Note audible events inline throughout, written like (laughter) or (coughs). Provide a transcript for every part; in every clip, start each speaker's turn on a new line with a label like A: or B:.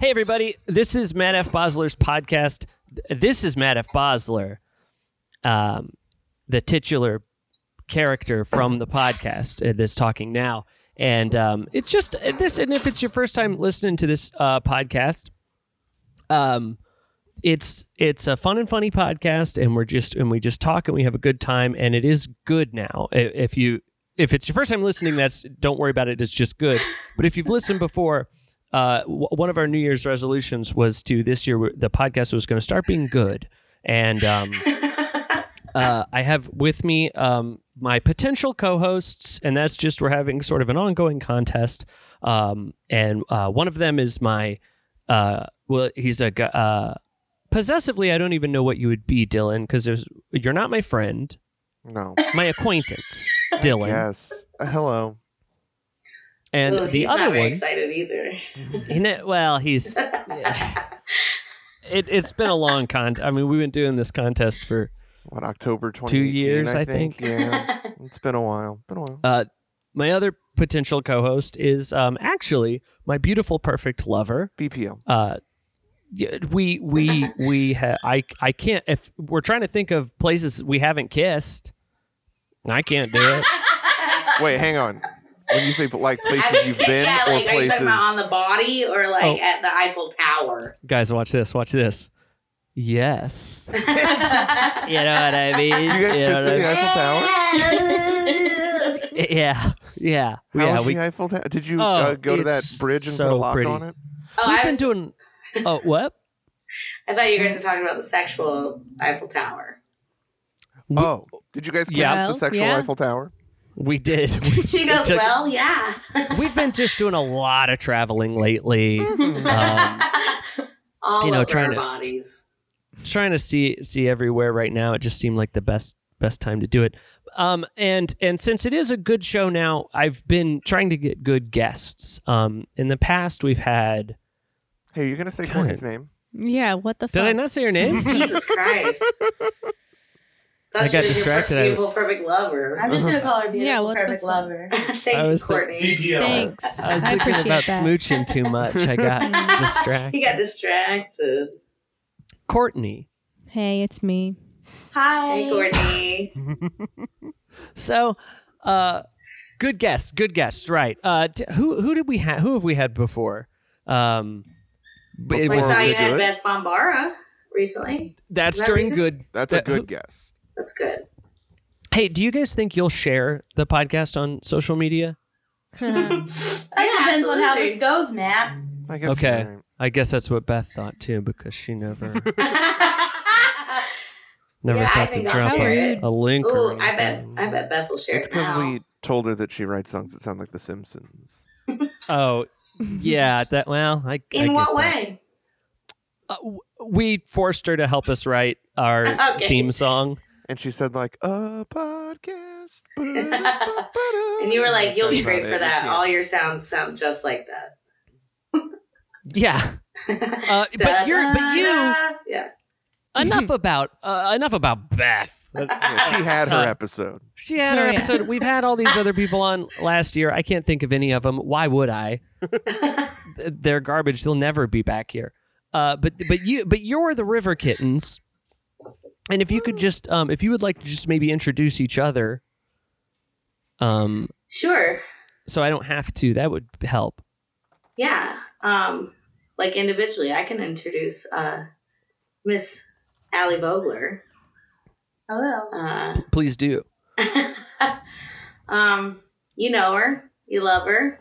A: Hey, everybody. This is Matt F. Bosler's podcast. Th- This is Matt F. Bosler, um, the titular character from the podcast uh, that's talking now. And um, it's just uh, this. And if it's your first time listening to this uh, podcast, um, it's it's a fun and funny podcast, and we're just and we just talk and we have a good time, and it is good now. I- If you if it's your first time listening, that's don't worry about it. It's just good. But if you've listened before, uh, w- one of our New Year's resolutions was to this year the podcast was going to start being good, and
B: (laughs)
A: um, uh, I have with me um, my potential co-hosts, and that's just we're having sort of an ongoing contest, um, and uh, one of them is my uh, well, he's a gu- uh, possessively. I don't even know what you would be, Dylan, because there's you're not my friend,
C: No.
A: my acquaintance, Dylan,
C: Yes. Uh, hello.
A: and
B: Ugh,
A: the
B: Oh, he's
A: other
B: not very
A: one.
B: excited either.
A: He kn- well,
B: (laughs)
A: he's. It, it's been a long con. I mean, we've been doing this contest for
C: What October 2018?
A: years, I think.
B: (laughs)
C: yeah. It's been a while. Been a while.
A: Uh, my other potential co-host is um, actually my beautiful, perfect lover.
C: BPL.
A: Uh, y- we we we ha- I I can't if we're trying to think of places we haven't kissed. I can't do
B: (laughs)
A: it.
C: Wait, hang on. When you say like
B: I
C: places
B: think
C: you've
B: that-
C: been
B: yeah,
C: or
B: like, Are you
C: places
B: talking about on the body or like
A: Oh.
B: at the Eiffel
A: (laughs)
B: Tower? (laughs)
A: Guys, watch this. Watch this. Yes.
B: yeah.
A: You know what I mean?
C: you guys
A: know what I
C: kissed in the
A: mean?
C: Eiffel Tower?
B: Oh,
A: Yeah. Yeah.
C: How
A: yeah,
C: was
A: we-
C: the Eiffel Tower? Did you
A: Oh,
C: uh, go to that
A: it's
C: bridge and
A: so
C: put a lock
A: pretty.
C: on it?
B: Oh,
A: We've
B: I,
A: been
B: was,
A: doing. Oh, what?
B: I thought you guys were talking about the sexual
A: (laughs)
B: Eiffel Tower.
A: We-
C: Oh, did you guys kiss
A: Yeah.
C: at the
D: Well,
C: sexual
D: yeah.
C: Eiffel Tower?
A: We did.
B: She goes,
A: took-
B: well, yeah.
A: We've been just doing a lot of traveling lately,
C: Hmm.
B: (laughs)
A: um,
B: All
A: you know,
B: over
A: trying
B: our
A: to-
B: bodies.
A: trying to see see everywhere right now. It just seemed like the best best time to do it. Um, and and since it is a good show now, I've been trying to get good guests. Um, in the past, we've had.
C: Hey, you're gonna say
A: God.
C: Courtney's name?
D: Yeah, what the
A: Did
D: fuck?
A: I not say your
B: (laughs)
A: name?
B: Jesus Christ.
A: (laughs) I got distracted. I-
B: Your per- beautiful, perfect lover.
E: I'm just gonna
A: Uh-huh.
E: call her beautiful,
D: Yeah, what the
E: perfect
D: fuck?
E: lover.
B: (laughs) Thank
A: I
B: you,
A: was the- (laughs)
B: Courtney.
D: Thanks.
A: I was
D: I
A: thinking
D: appreciate
A: about
D: that.
A: smooching too much. I got distracted.
B: He got distracted.
A: Courtney.
D: Hey, it's me.
E: Hi.
B: Hey, Courtney.
A: So, uh, good guess, good guess, right? Uh, t- who who did we have? Who have we had before? Um, but it
C: Before
B: We
A: was-
B: saw
C: we
B: you had
C: do it?
B: Beth Bombara recently.
A: that's
B: that
A: during
B: recent?
A: good.
C: That's a
A: That-
C: good guess.
B: That's good.
A: Hey, do you guys think you'll share the podcast on social media?
E: That
B: Yeah,
E: depends on how
B: absolutely.
E: this goes, Matt.
C: I guess.
A: Okay.
C: you're right.
A: I guess that's what Beth thought too, because she (laughs) never
B: (laughs) Ooh,
A: never
B: Yeah, I
A: thought to
B: think I'll
A: drop
D: share
A: a,
D: it.
A: a link. or
B: I bet
A: anything.
B: I bet Beth will share
C: It's
B: it now.
C: because we told her that she writes songs that sound like The Simpsons.
A: Oh
D: (laughs)
A: yeah, that well. I I
B: In
A: get
B: what
A: that.
B: way?
A: Uh, w- we forced her to help us write our
B: (laughs) Okay.
A: theme
B: (laughs)
A: song.
C: And she said like a podcast.
B: And you were like, "You'll be
C: That's
B: great
C: about
B: for
C: it.
B: that.
C: You
B: All your sounds sound just like that."
A: Yeah,
B: (laughs)
A: uh, but you're but you
B: Da-da-da. yeah.
A: enough about uh, enough about Beth.
B: (laughs)
C: can't- Yeah, she had
A: (laughs)
C: her
A: Uh,
C: episode.
A: She had
D: Oh,
A: her
D: yeah.
A: episode. We've had all these other people on last year. I can't think of any of them. Why would I? Th- They're garbage. They'll never be back here. Uh, but but you but you're the River Kittens, and if you could just um, if you would like to just maybe introduce each other, um,
B: Sure.
A: so I don't have to. That would help.
B: Yeah. Um, like individually, I can introduce uh, Miss Allie Vogler.
E: Hello.
B: Uh,
A: Please do.
B: (laughs) um, you know her. You love her.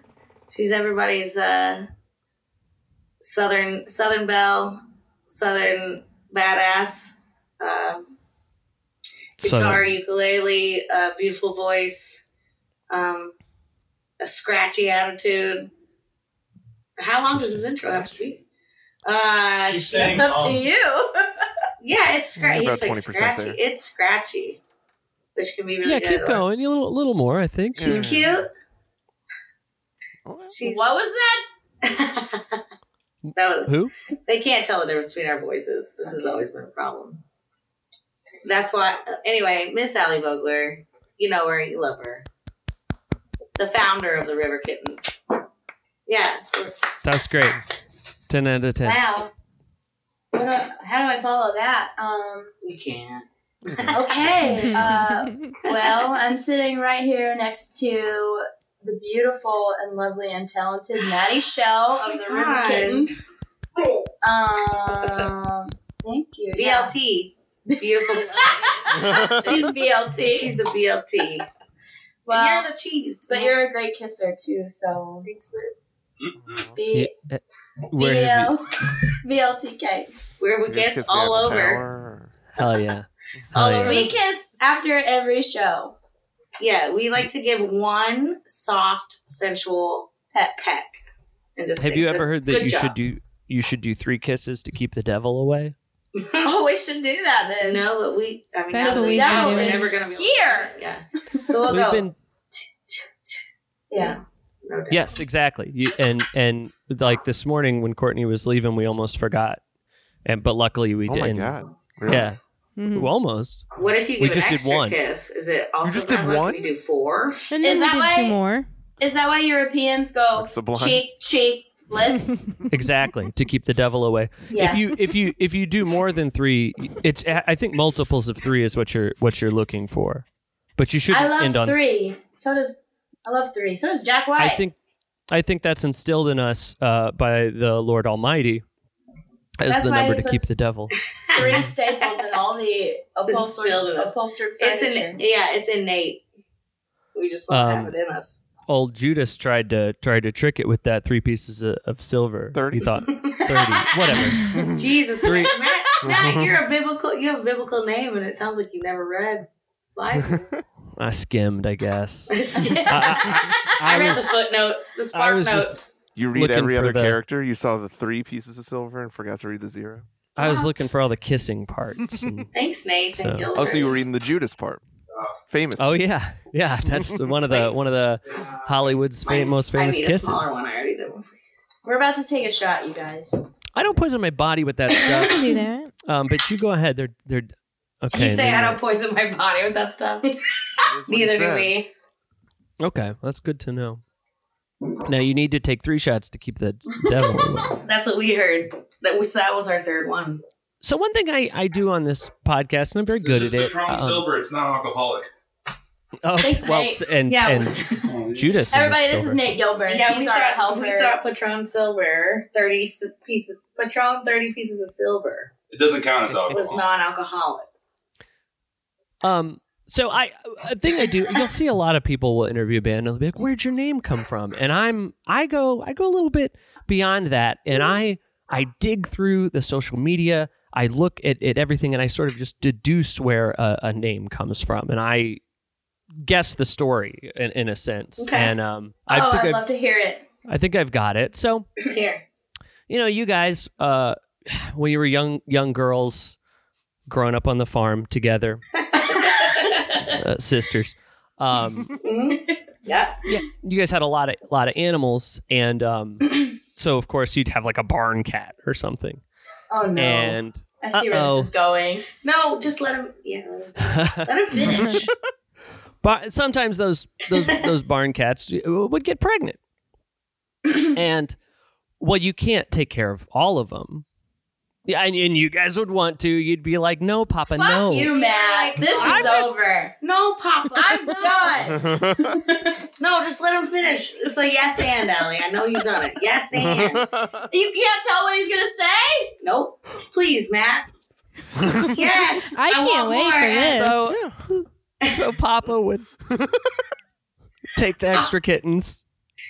B: She's everybody's uh, southern Southern belle, southern badass. Um, guitar, ukulele, uh, beautiful voice, um, a scratchy attitude. How long does this intro have to be? Uh,
F: She's
B: it's
F: saying,
B: up to
F: um,
B: you. (laughs) yeah, it's scra-
C: About
B: he's like
C: 20%
B: scratchy.
C: there.
B: It's scratchy, which can be really
A: yeah,
B: good.
A: keep
B: or-
A: going. A little, little more. I think.
C: Yeah.
B: She's cute.
C: Oh,
B: She's
E: What was that?
B: (laughs) that was,
A: Who?
B: they can't tell the difference between our voices. This has always been a problem. That's why. Anyway, Miss Allie Vogler, you know her, you love her. The founder of the River Kittens. Yeah,
A: That was great. Ten out of ten.
E: Wow. What do, how do I follow that? Um,
B: You can't.
D: (laughs)
E: okay. Uh, well, I'm sitting right here next to the beautiful and lovely and talented Maddie Shell of the River
B: God.
E: Kittens. Um, thank you. Yeah.
B: BLT. Beautiful.
E: She's BLT.
B: She's the BLT.
E: well,
B: and you're the cheese.
E: but you're a great kisser too, so thanks for B-
A: Yeah, uh, where have you-
E: BL- BLTK.
B: where we
C: Just
B: kiss
C: kiss the
B: all
C: Eiffel
B: over.
C: Tower.
A: Hell yeah.
B: (laughs) All
A: Hell Oh, yeah.
B: over
E: We kiss after every show.
B: Yeah, we
A: Mm.
B: like to give one soft, sensual peck peck. And just
A: Have
B: say,
A: you
B: "Good-
A: ever heard that
B: good
A: you
B: job."
A: should do you should do three kisses to keep the devil away?
E: Oh, we should do that then.
B: No, but we. I mean,
D: That's
B: just
D: what
B: the
D: we've
B: devil
D: been
B: is
D: doing.
B: never gonna be able to-
E: Here.
B: Yeah. So we'll
A: We've
B: go.
A: been
E: Yeah.
B: No doubt.
A: yes, exactly. You, and and like this morning when Courtney was leaving, we almost forgot, and but luckily we
C: Oh my
A: didn't.
C: god! Really?
A: Yeah,
E: Hmm.
D: Mhm.
A: well, almost.
B: What if you
A: We
B: give
A: just
B: an
A: did
B: extra
A: one.
B: kiss? Is it also
C: just did
B: kind of like
C: one?
B: we do four?
D: And
E: Is
D: then we
E: that
D: did
E: why-
D: two more.
E: Is that why Europeans go
C: Like Sublime.
B: (laughs)
E: cheek, cheek, lips?
A: Exactly to keep the devil away. (laughs) If
E: yeah.
A: you if you if you do more than three, it's I think multiples of three is what you're what you're looking for. But you shouldn't
E: I
A: end on
E: love three. So does I love three. So does Jack White.
A: I
E: (laughs)
A: think I think that's instilled in us uh, by the Lord Almighty as
E: That's
A: the
E: why
A: number
E: he
A: to keep
E: puts-
A: the devil.
E: three staples in all the upholstered
B: instilled in us.
E: upholstered
B: It's
E: furniture.
B: in yeah, it's innate. We just don't
A: Um,
B: have it in us.
A: Old Judas tried to tried to trick it with that three pieces of, of silver.
C: 30?
A: He thought thirty, whatever.
B: Jesus,
A: hmm. Three-
B: Matt,
C: (laughs)
B: Matt, you're a biblical. You have a biblical name, and it sounds like you never read Bible.
A: (laughs)
B: (laughs)
A: I skimmed, I guess. I,
B: I,
A: I- I
B: read
A: was-
B: the footnotes, the
A: I
B: spark
A: was
B: notes.
A: just-
C: You read
A: Looking
C: every
A: for
C: other
A: the-
C: character. You saw the three pieces of silver and forgot to read the zero.
A: I was looking for all the kissing parts.
B: (laughs)
A: and-
B: Thanks, Nate.
A: So-
B: Thank you.
C: Oh, so you were reading the Judas part. Famous.
A: oh
C: kiss.
A: yeah, yeah. That's one of the one of the Hollywood's fam-
B: Mine's-
A: most famous
B: I need
A: kisses.
B: A smaller one. I already did one for you.
E: We're about to take a shot, you guys.
A: I don't poison my body with that
B: (laughs)
D: I
A: stuff.
D: can do that.
A: Um, but you go ahead. They're they're okay.
B: you say
A: they're-
B: I don't poison my body with that
E: (laughs)
B: stuff.
C: That is what he
B: Neither do
C: said. (laughs)
B: we. (laughs)
A: Okay, that's good to know. Now you need to take three shots to keep the
B: (laughs)
A: devil away.
B: That's what we heard. That was that was our third one.
A: So one thing I, I do on this podcast, and I'm very
F: It's
A: good
F: just
A: at it.
F: Patron
A: um,
F: Silver. It's not alcoholic.
A: oh,
E: Thanks,
A: well,
E: Nate.
A: s- and,
B: Yeah.
A: and Judas. is
E: Everybody, this
A: silver.
E: is Nate Gilbert.
B: Yeah,
E: He's
B: we
E: our
B: thought,
E: helper.
B: we thought Patron Silver, 30 s- pieces, Patron 30 pieces of silver
F: It doesn't count as alcohol.
B: was non alcoholic.
A: Um, so I a thing I do, you'll see a lot of people will interview a band and they'll be like, "Where'd your name come from?" And I'm I go I go a little bit beyond that, and I I dig through the social media, I look at, at everything, and I sort of just deduce where a, a name comes from, and I guess the story in, in a sense.
B: Okay.
A: And um, I
E: oh,
A: think
E: I'd
A: I've,
E: love to hear it.
A: I think I've got it. So
B: It's here.
A: you know, you guys, uh, (sighs) when you were young young girls growing up on the farm together, s-
E: (laughs)
A: uh, sisters, um,
B: yeah.
A: yeah, you guys had a lot of lot of animals, and
E: (clears throat)
A: um, so of course you'd have like a barn cat or something,
E: Oh no.
A: and (laughs)
E: I see where
A: uh-oh.
E: this is going.
B: No, just let him. Yeah. let him- Let
A: (laughs)
B: him finish.
A: but sometimes those those those barn cats uh, would get
E: (clears throat)
A: pregnant, and well, you can't take care of all of them. Yeah, and, and you guys would want to. You'd be like, "No, Papa,
E: Fuck
A: no."
E: you, Matt. This
A: I'm
E: is
A: just-
E: over.
B: no, Papa. (laughs)
E: (laughs) I'm done.
B: No, just let him finish. It's a yes and, Allie. I know
A: (laughs)
B: you've done it. Yes and.
E: You can't tell what he's gonna say.
B: Nope. Please, Matt.
E: (laughs)
B: Yes.
D: I
B: want
D: can't wait
B: more and-
D: for this.
A: So, (laughs) so Papa would take the extra kittens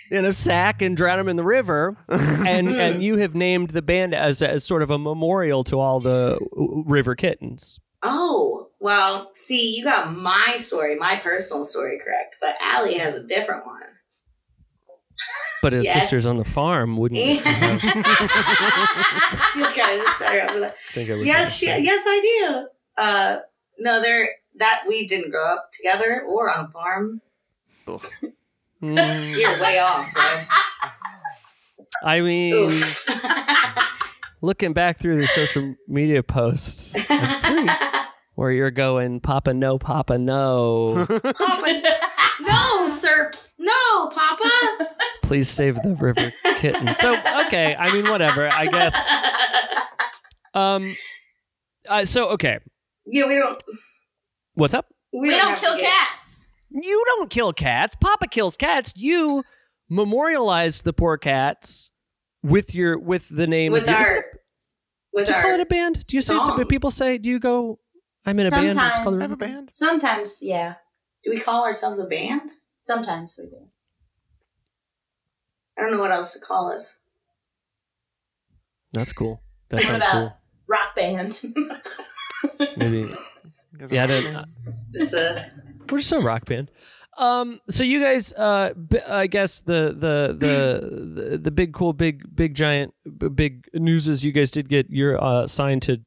A: in a sack and drown them in the river,
B: (laughs)
A: and and you have named the band as as sort of a memorial to all the w- river kittens.
B: Oh, well, see, you got my story, my personal story correct, but Allie has a
A: (laughs)
B: different one.
A: But his
B: Yes.
A: sisters on the farm wouldn't
B: you
A: I (laughs)
B: guys set her up for that.
A: think it would. be
B: Yes, she,
A: the same.
B: yes, I do. Uh, no, they're that we didn't grow up together or on a farm.
A: Mm,
B: (laughs) You're way off, bro.
A: I mean,
B: Oof. (laughs)
A: looking back through the social media posts I'm
B: (laughs)
A: pretty- where you're going, Papa, no, Papa, no,
B: Papa, no, sir, no, Papa.
A: Please save the river kitten. So okay, I mean whatever. I guess. Um. Uh, so okay,
B: yeah, we don't.
A: what's up?
E: We don't
B: have to
E: kill
B: get-
E: cats.
A: You don't kill cats. Papa kills cats. You memorialized the poor cats with your with the name
B: with
A: of your,
B: our. With
A: Do you call it
B: our.
A: a band? Do you say it's a,
B: song.
A: people say? Do you go? I'm in a band. It's called
E: Sometimes.
C: I have
A: a,
C: a band.
E: Sometimes, yeah.
B: Do we call ourselves a band?
E: Sometimes we do.
B: I don't know what else to call us.
A: that's cool. That
E: What
A: sounds
E: about
A: cool.
E: rock band?
A: Maybe
C: You guys
A: Yeah,
C: have a
A: I don't-
C: band?
B: (laughs) Just a,
A: we're just a rock band. Um, so you guys, uh, b- I guess the the the the, the big cool big big giant b- big news is you guys did get your uh, signed to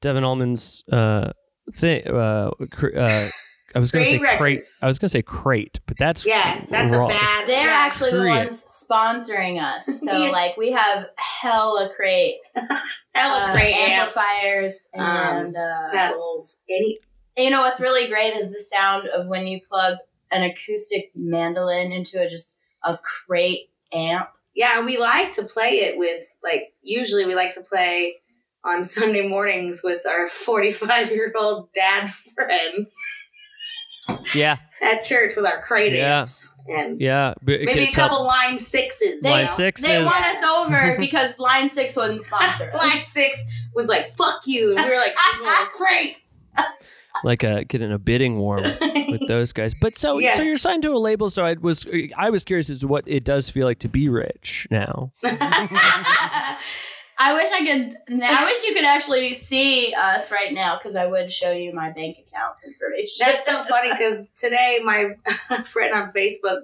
A: Devin Allman's uh thing. Uh, cr- uh, I was gonna
B: Crate
A: say crate.
B: Records.
A: I was gonna say crate, but that's
B: yeah, that's
A: wrong.
B: a bad.
E: They're
B: yeah.
E: actually the
A: Create.
E: ones sponsoring us. (laughs) So
B: Yeah.
E: like we have hella crate,
B: that was
E: uh,
B: great. Amplifier
E: amplifiers and uh,
B: pedals. Any
E: you know what's really great is the sound of when you plug an acoustic mandolin into a just a crate amp.
B: yeah, and we like to play it with like usually we like to play on Sunday mornings with our forty-five year old dad friends
A: Yeah,
B: at church with our crate
A: Yeah.
B: amps and
A: yeah. but it
B: maybe a
A: could tell-
B: couple line (laughs) sixes. you
A: Line
B: know?
A: six
E: They
A: is
E: won
A: (laughs)
E: us over because Line Six wouldn't (laughs) sponsor us.
B: line six was like "fuck you," and we (laughs) were like "Well, "great."
A: like a getting a bidding war with, with
B: (laughs)
A: those guys. But so
B: Yeah.
A: so you're signed to a label. So I was I was curious as to what it does feel like to be rich now.
E: I wish I could. I wish you could actually see us right now because I would show you my bank account information.
B: That's so funny because today my (laughs) friend on Facebook,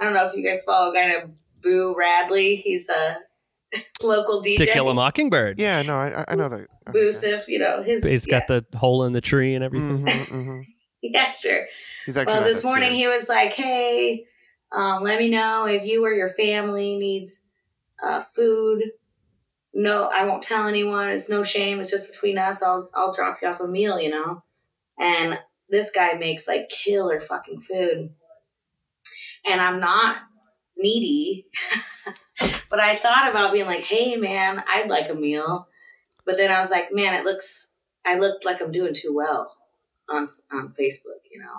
B: I don't know if you guys follow a guy named Boo Radley. He's a (laughs) local DJ.
A: To Kill a Mockingbird.
C: Yeah, no, I, I- I know that. I know
B: Boo
C: that.
B: Sif, you know his.
A: He's
B: yeah,
A: got the hole in the tree and everything.
C: Mhm, mhm.
B: yeah, (laughs) sure.
C: He's actually.
B: Well,
C: not
B: this
C: that
B: morning
C: scary.
B: he was like, "Hey, um, let me know if you or your family needs uh, food. No, I won't tell anyone. It's no shame. It's just between us. I'll I'll drop you off a meal, you know." And this guy makes like killer fucking food, and I'm not needy, (laughs) but I thought about being like, "Hey, man, I'd like a meal," but then I was like, "Man, it looks. I looked like I'm doing too well." On, on Facebook, you know,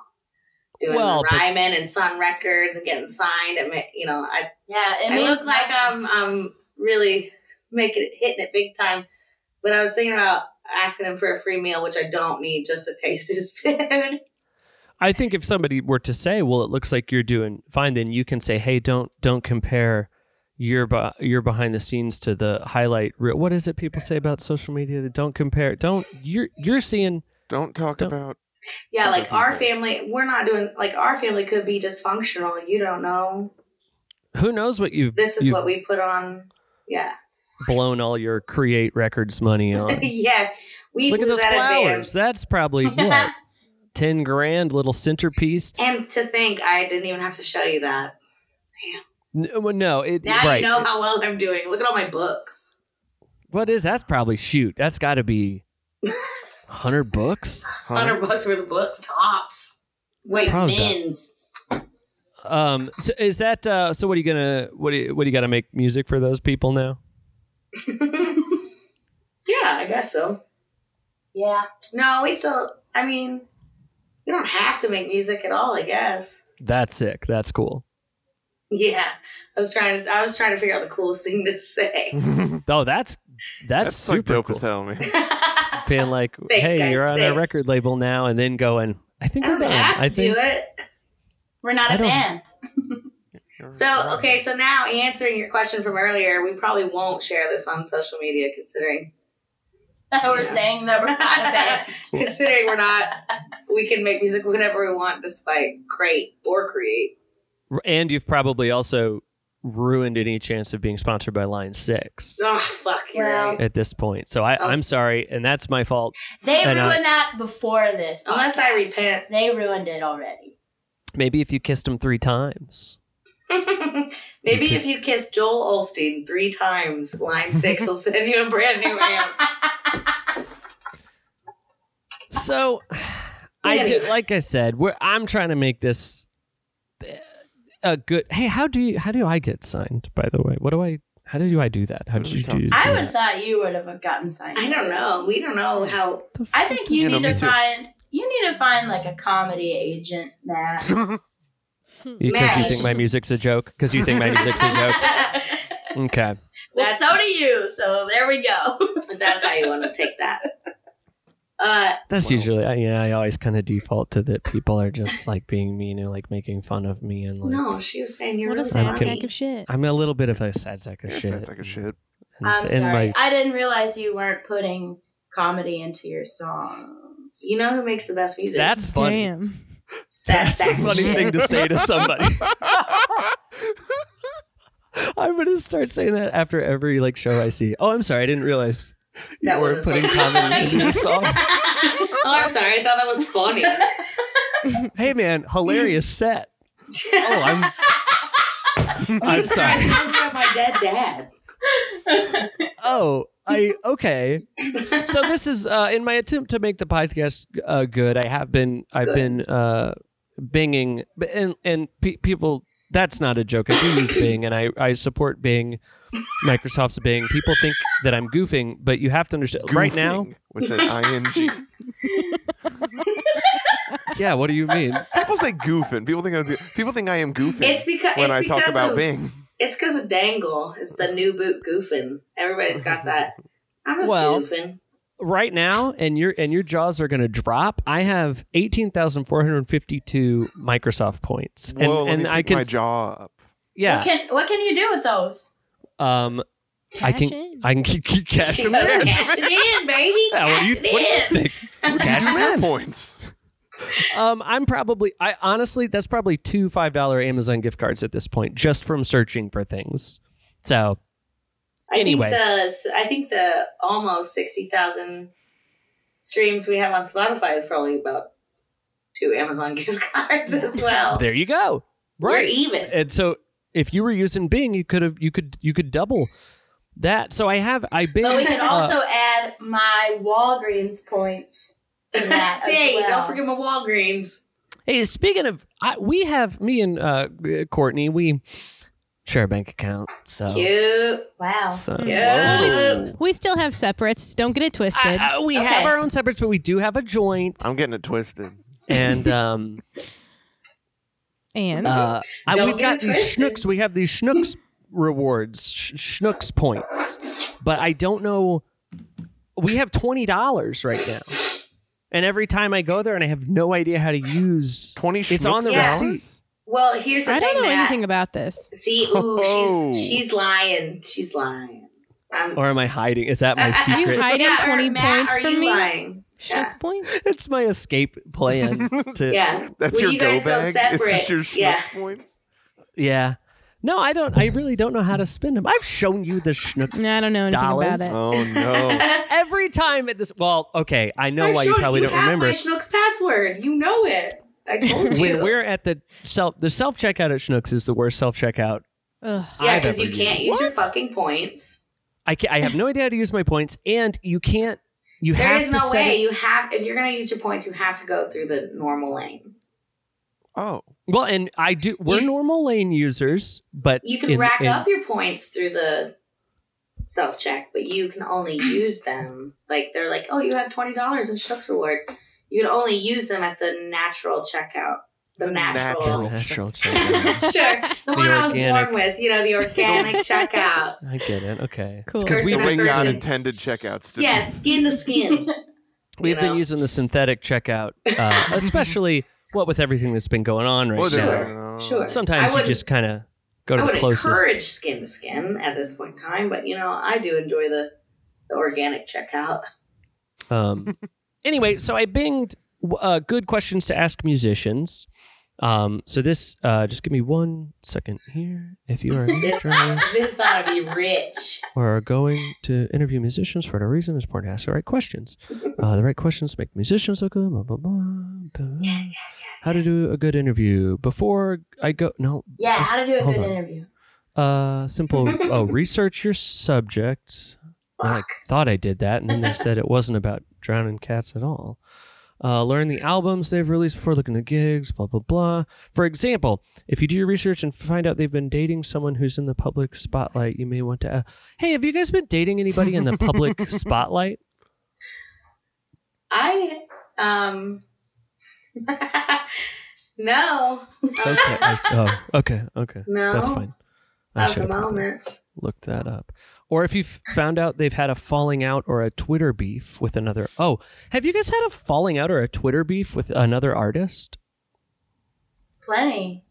B: doing
A: Well,
B: the
A: but-
B: Ryman and Sun Records and getting signed. And, ma- you know, I,
E: yeah, it um,
B: it
E: means
B: looks like
E: nothing.
B: I'm, I'm really making it, hitting it big time. But I was thinking about asking him for a free meal, which I don't need just to taste his (laughs) food.
A: I think if somebody were to say, "Well, it looks like you're doing fine," then you can say, "Hey, don't don't compare your be- your behind the scenes to the highlight reel." What is it people say about social media? That don't compare. Don't you're you're seeing
C: Don't talk
A: Don't-
C: about.
B: yeah,
C: Other
B: like our
C: people.
B: family, we're not doing, like our family could be dysfunctional. You don't know.
A: who knows what you've
B: This is
A: you've
B: what we put on. Yeah.
A: blown all your create records money on.
B: (laughs) yeah. We
A: Look at
B: do
A: those
B: that
A: flowers.
B: advance.
A: That's
B: (laughs)
A: probably what ten grand little centerpiece.
B: and to think I didn't even have to show you that.
A: N- well, no, it
B: Now
A: right.
B: you know how well I'm doing. Look at all my books.
A: What is that's probably shoot. That's got to
B: (laughs)
A: be hundred books.
C: Huh? (laughs)
B: Hundred bucks worth of books tops. Wait,
A: Probably got-
B: men's. (laughs)
A: Um, so is that uh, so? What are you gonna what do you, what do you got to make music for those people now?
B: yeah, I guess so.
E: Yeah,
B: No, we still. I mean, you don't have to make music at all. I guess.
A: That's sick. That's cool.
B: Yeah, I was trying to. I was trying to figure out the coolest thing
A: (laughs)
B: to say. (laughs)
A: Oh, that's that's,
C: That's like
A: super
C: dope
A: cool.
C: as hell, man.
A: Being like,
B: (laughs) Thanks,
A: hey,
B: guys,
A: you're on a
B: thanks.
A: record label now, and then going, I think
B: I
A: we're
B: don't
A: done.
B: have to
A: I think
B: do it.
E: we're not
A: I
E: a
A: don't-
E: band.
B: (laughs) So okay, so now answering your question from earlier, we probably won't share this on social media, considering
E: (laughs) we're saying that we're not (laughs) a band.
B: considering we're not, we can make music whenever we want, despite create or create.
A: and you've probably also ruined any chance of being sponsored by Line Six
B: Oh fuck, you're
E: Well,
B: right. (laughs)
A: at this point. So I,
B: Oh.
A: I'm sorry, and that's my fault.
E: They
A: And, uh,
E: ruined that before this.
B: Unless I
E: podcast.
B: repent.
E: they ruined it already.
A: Maybe if you kissed him three times,
B: Maybe if you kiss Joel Olstein three times, line six
A: (laughs)
B: will send you a brand new amp.
A: (sighs) So I do, like I said, we're, I'm trying to make this uh, a good. Hey, how do you? How do I get signed? By the way, what do I? How do I do that? How
C: What
A: did
C: are we
A: you do?
C: talking
E: I
A: that?
E: would have thought you would have gotten signed.
B: I don't know. We don't know how.
A: The
E: I
A: fuck
E: think
A: is-
E: you
C: You know,
E: need to
C: me too.
E: find you need to find like a comedy agent,
A: (laughs)
E: Matt.
A: because you
B: Matt.
A: think my music's a joke. Because you think my music's a
E: (laughs)
A: joke. Okay.
E: well, so do you. So there we go. (laughs)
B: That's how you want to take that. Uh,
A: That's
C: Wow.
A: usually, I, yeah, I always kind of default to that people are just like being mean and like making fun of me. And like,
B: no, she was saying you're
D: what a
B: really
D: sad
A: funny.
D: sack of shit.
A: I'm a little bit of a sad sack of
C: Yeah,
A: shit.
C: sounds like a shit.
A: And,
E: I'm
A: and
E: sorry.
A: my-
E: I didn't realize you weren't putting comedy into your songs.
B: You know who makes the best music?
A: that's funny.
D: Damn.
B: sad
A: That's a
B: sack of
A: funny
B: shit.
A: thing to say to somebody. (laughs) I'm gonna start saying that after every like show I see. Oh, I'm sorry, I didn't realize you
B: That
A: were
B: wasn't
A: putting
B: supposed to be
A: comedy in your song.
B: (laughs) oh, I'm sorry. I thought that was funny.
A: Hey, man, hilarious set. Oh, I'm. I'm
B: Jesus Christ,
A: sorry.
B: that was about my dead dad.
A: Oh, I okay. (laughs) So this is uh, in my attempt to make the podcast uh, good. I have been I've
B: Good.
A: been uh, binging but- and and pe- people. That's not a joke. I do
C: (coughs)
A: use Bing and I I support Bing. Microsoft's Bing. People think that I'm goofing, but you have to understand right now.
C: Goofing with an ing.
A: (laughs) Yeah, what do you mean?
C: People say goofing. People think I was. People think I am goofing
B: It's because
C: when
B: it's
C: I
B: because
C: talk about
B: of,
C: Bing.
B: It's because of Dangle. It's the new boot goofing. Everybody's
C: (laughs)
B: got that. I'm just
A: Well-
B: goofing.
A: right now and your and your jaws are going to drop i have 18452 microsoft points
C: Whoa,
A: and
C: let
A: and
C: me
A: i
C: pick
A: can
C: my
A: s-
C: jaw up.
A: yeah
E: What can what can you do with those?
B: (laughs)
A: um i
D: Cash
A: can
D: in.
A: i can keep, keep cash
B: She
A: them
B: goes,
A: in (laughs)
B: cash it in, baby.
A: yeah, what do you
B: Cash it
A: what do you
B: in."
A: think cash
C: Two
A: them in.
C: points.
A: um i'm probably i honestly that's probably two five dollar amazon gift cards at this point just from searching for things so
B: I
A: Anyway.
B: think the I think the almost sixty thousand streams we have on Spotify is probably about two Amazon (laughs) gift
A: (laughs)
B: cards as well.
A: there you go
B: Oh. We're
A: right
B: even.
A: (laughs) and so if you were using bing you could have you could you could double that so i have i bing
E: (laughs) But we can
A: uh,
E: also add my Walgreens points
B: (laughs)
E: to that. as
B: hey,
E: well.
B: don't forget my Walgreens.
A: Hey, speaking of, I, we have me and uh, Courtney. We share a bank account, so
B: Cute.
E: Wow.
A: so-
B: Yeah.
D: We,
C: Whoa.
D: st- we still have separates. Don't get it twisted.
A: I- I- we
E: Okay.
A: have our own separates, but we do have a joint,
C: I'm getting it twisted.
A: and um,
D: and
A: uh, I-
B: Don't
A: we've
B: get
A: got
B: it
A: these
B: twisted.
A: schnooks. We have these schnooks rewards, sh- schnooks points, but I don't know. We have twenty dollars right now, and every time I go there, and I have no idea how to use.
C: Twenty.
A: It's on the
C: schnooks an hour?
A: receipt.
B: Well, here's the
D: I
B: thing.
D: don't know
B: Matt.
D: anything about this.
A: (laughs)
B: See, ooh,
C: Oh.
B: she's she's lying. She's lying. I'm, (laughs)
A: Or am I hiding? Is that my
D: You
A: secret?
D: hiding
B: Yeah, or
D: 20
B: Matt,
D: points
B: are
D: from
B: you
D: me?
B: Lying? Yeah.
D: Schnucks points.
A: it's my escape plan to
B: Yeah.
C: That's
B: Will
C: your
B: you
C: go
B: guys go
C: bag. It's just your
B: separate? Yeah.
C: schnooks points.
A: Yeah. No, I don't. I really don't know how to spin them. I've shown you the schnooks.
D: No, I don't know anything
A: Dollars?
D: about it.
C: Oh no.
B: (laughs)
A: Every time at this, well, okay, I know
B: I'm
A: why
B: sure
A: you probably don't
B: have
A: remember.
B: My Schnook's password. You know it. I
A: (laughs)
B: told
A: When
B: you.
A: we're at the self, the self checkout at Schnucks is the worst self checkout.
D: Ugh.
B: yeah,
A: I've
B: because you
A: ever
B: can't
A: used.
B: use your fucking points.
A: I can, I have no idea how to use my points, and you can't. You
B: There
A: have
B: is
A: to
B: no
A: set
B: way
A: it-
B: you have. If you're gonna use your points, you have to go through the normal lane.
C: Oh.
A: Well, and I do. We're
B: You-
A: normal lane users, but
B: You can
A: in-
B: rack
A: in-
B: up your points through the self check, but you can only use them. Like they're like, oh, you have twenty dollars in Schnucks rewards. You can only use them at the natural checkout. The natural.
C: natural.
A: natural
C: (laughs)
A: checkout.
B: (laughs) sure, the, one I was
A: organic.
B: born with. You know, the organic checkout.
A: I get it. Okay.
D: Cool.
A: Because we
C: We're
B: Person
A: went
B: to
C: bringing out
B: person.
C: intended checkouts.
B: Yeah, skin
A: (laughs)
B: to skin.
A: We've
B: you
A: been
B: know?
A: using the synthetic checkout,
B: (laughs)
A: uh, especially what with everything that's been going on right
C: Well,
A: now.
B: Sure.
C: no.
B: Sure. I
A: Sometimes you
B: wouldn't-
A: just kind of go to
B: I
A: the
B: would
A: closest.
B: encourage skin to skin at this point in time, but you know, I do enjoy the, the organic checkout. (laughs)
A: Um, anyway, so I binged w- uh, good questions to ask musicians. Um, so this, uh, just give me one second here. If
B: (laughs)
A: you are an
B: This,
A: journalist
B: this ought to be rich.
A: or are going to interview musicians for no reason, it's important to ask the right questions. Uh, the right questions make musicians look good. Blah, blah, blah, blah. How to do a good interview? Before I go, no,
E: Yeah,
A: Just-
E: how to do a
A: hold
E: good
A: on.
E: interview.
A: Uh, simple.
B: (laughs)
A: oh, research your subject. I
B: Fuck.
A: thought I did that, and then they said it wasn't about drowning cats at all. uh, learn the albums they've released before looking at gigs, blah, blah, blah. For example, if you do your research and find out they've been dating someone who's in the public spotlight, you may want to ask, hey, have you guys been dating anybody in the
B: (laughs)
A: public spotlight?
B: I
E: (laughs)
B: um no.
A: Okay. I, oh, okay. Okay.
B: No.
A: That's fine. I
B: At
A: should
B: the
A: have
B: moment. (laughs)
A: looked that up. Or if you've found out they've had a falling out or a Twitter beef with another. Oh, have you guys had a falling out or a Twitter beef with another artist?
E: Plenty.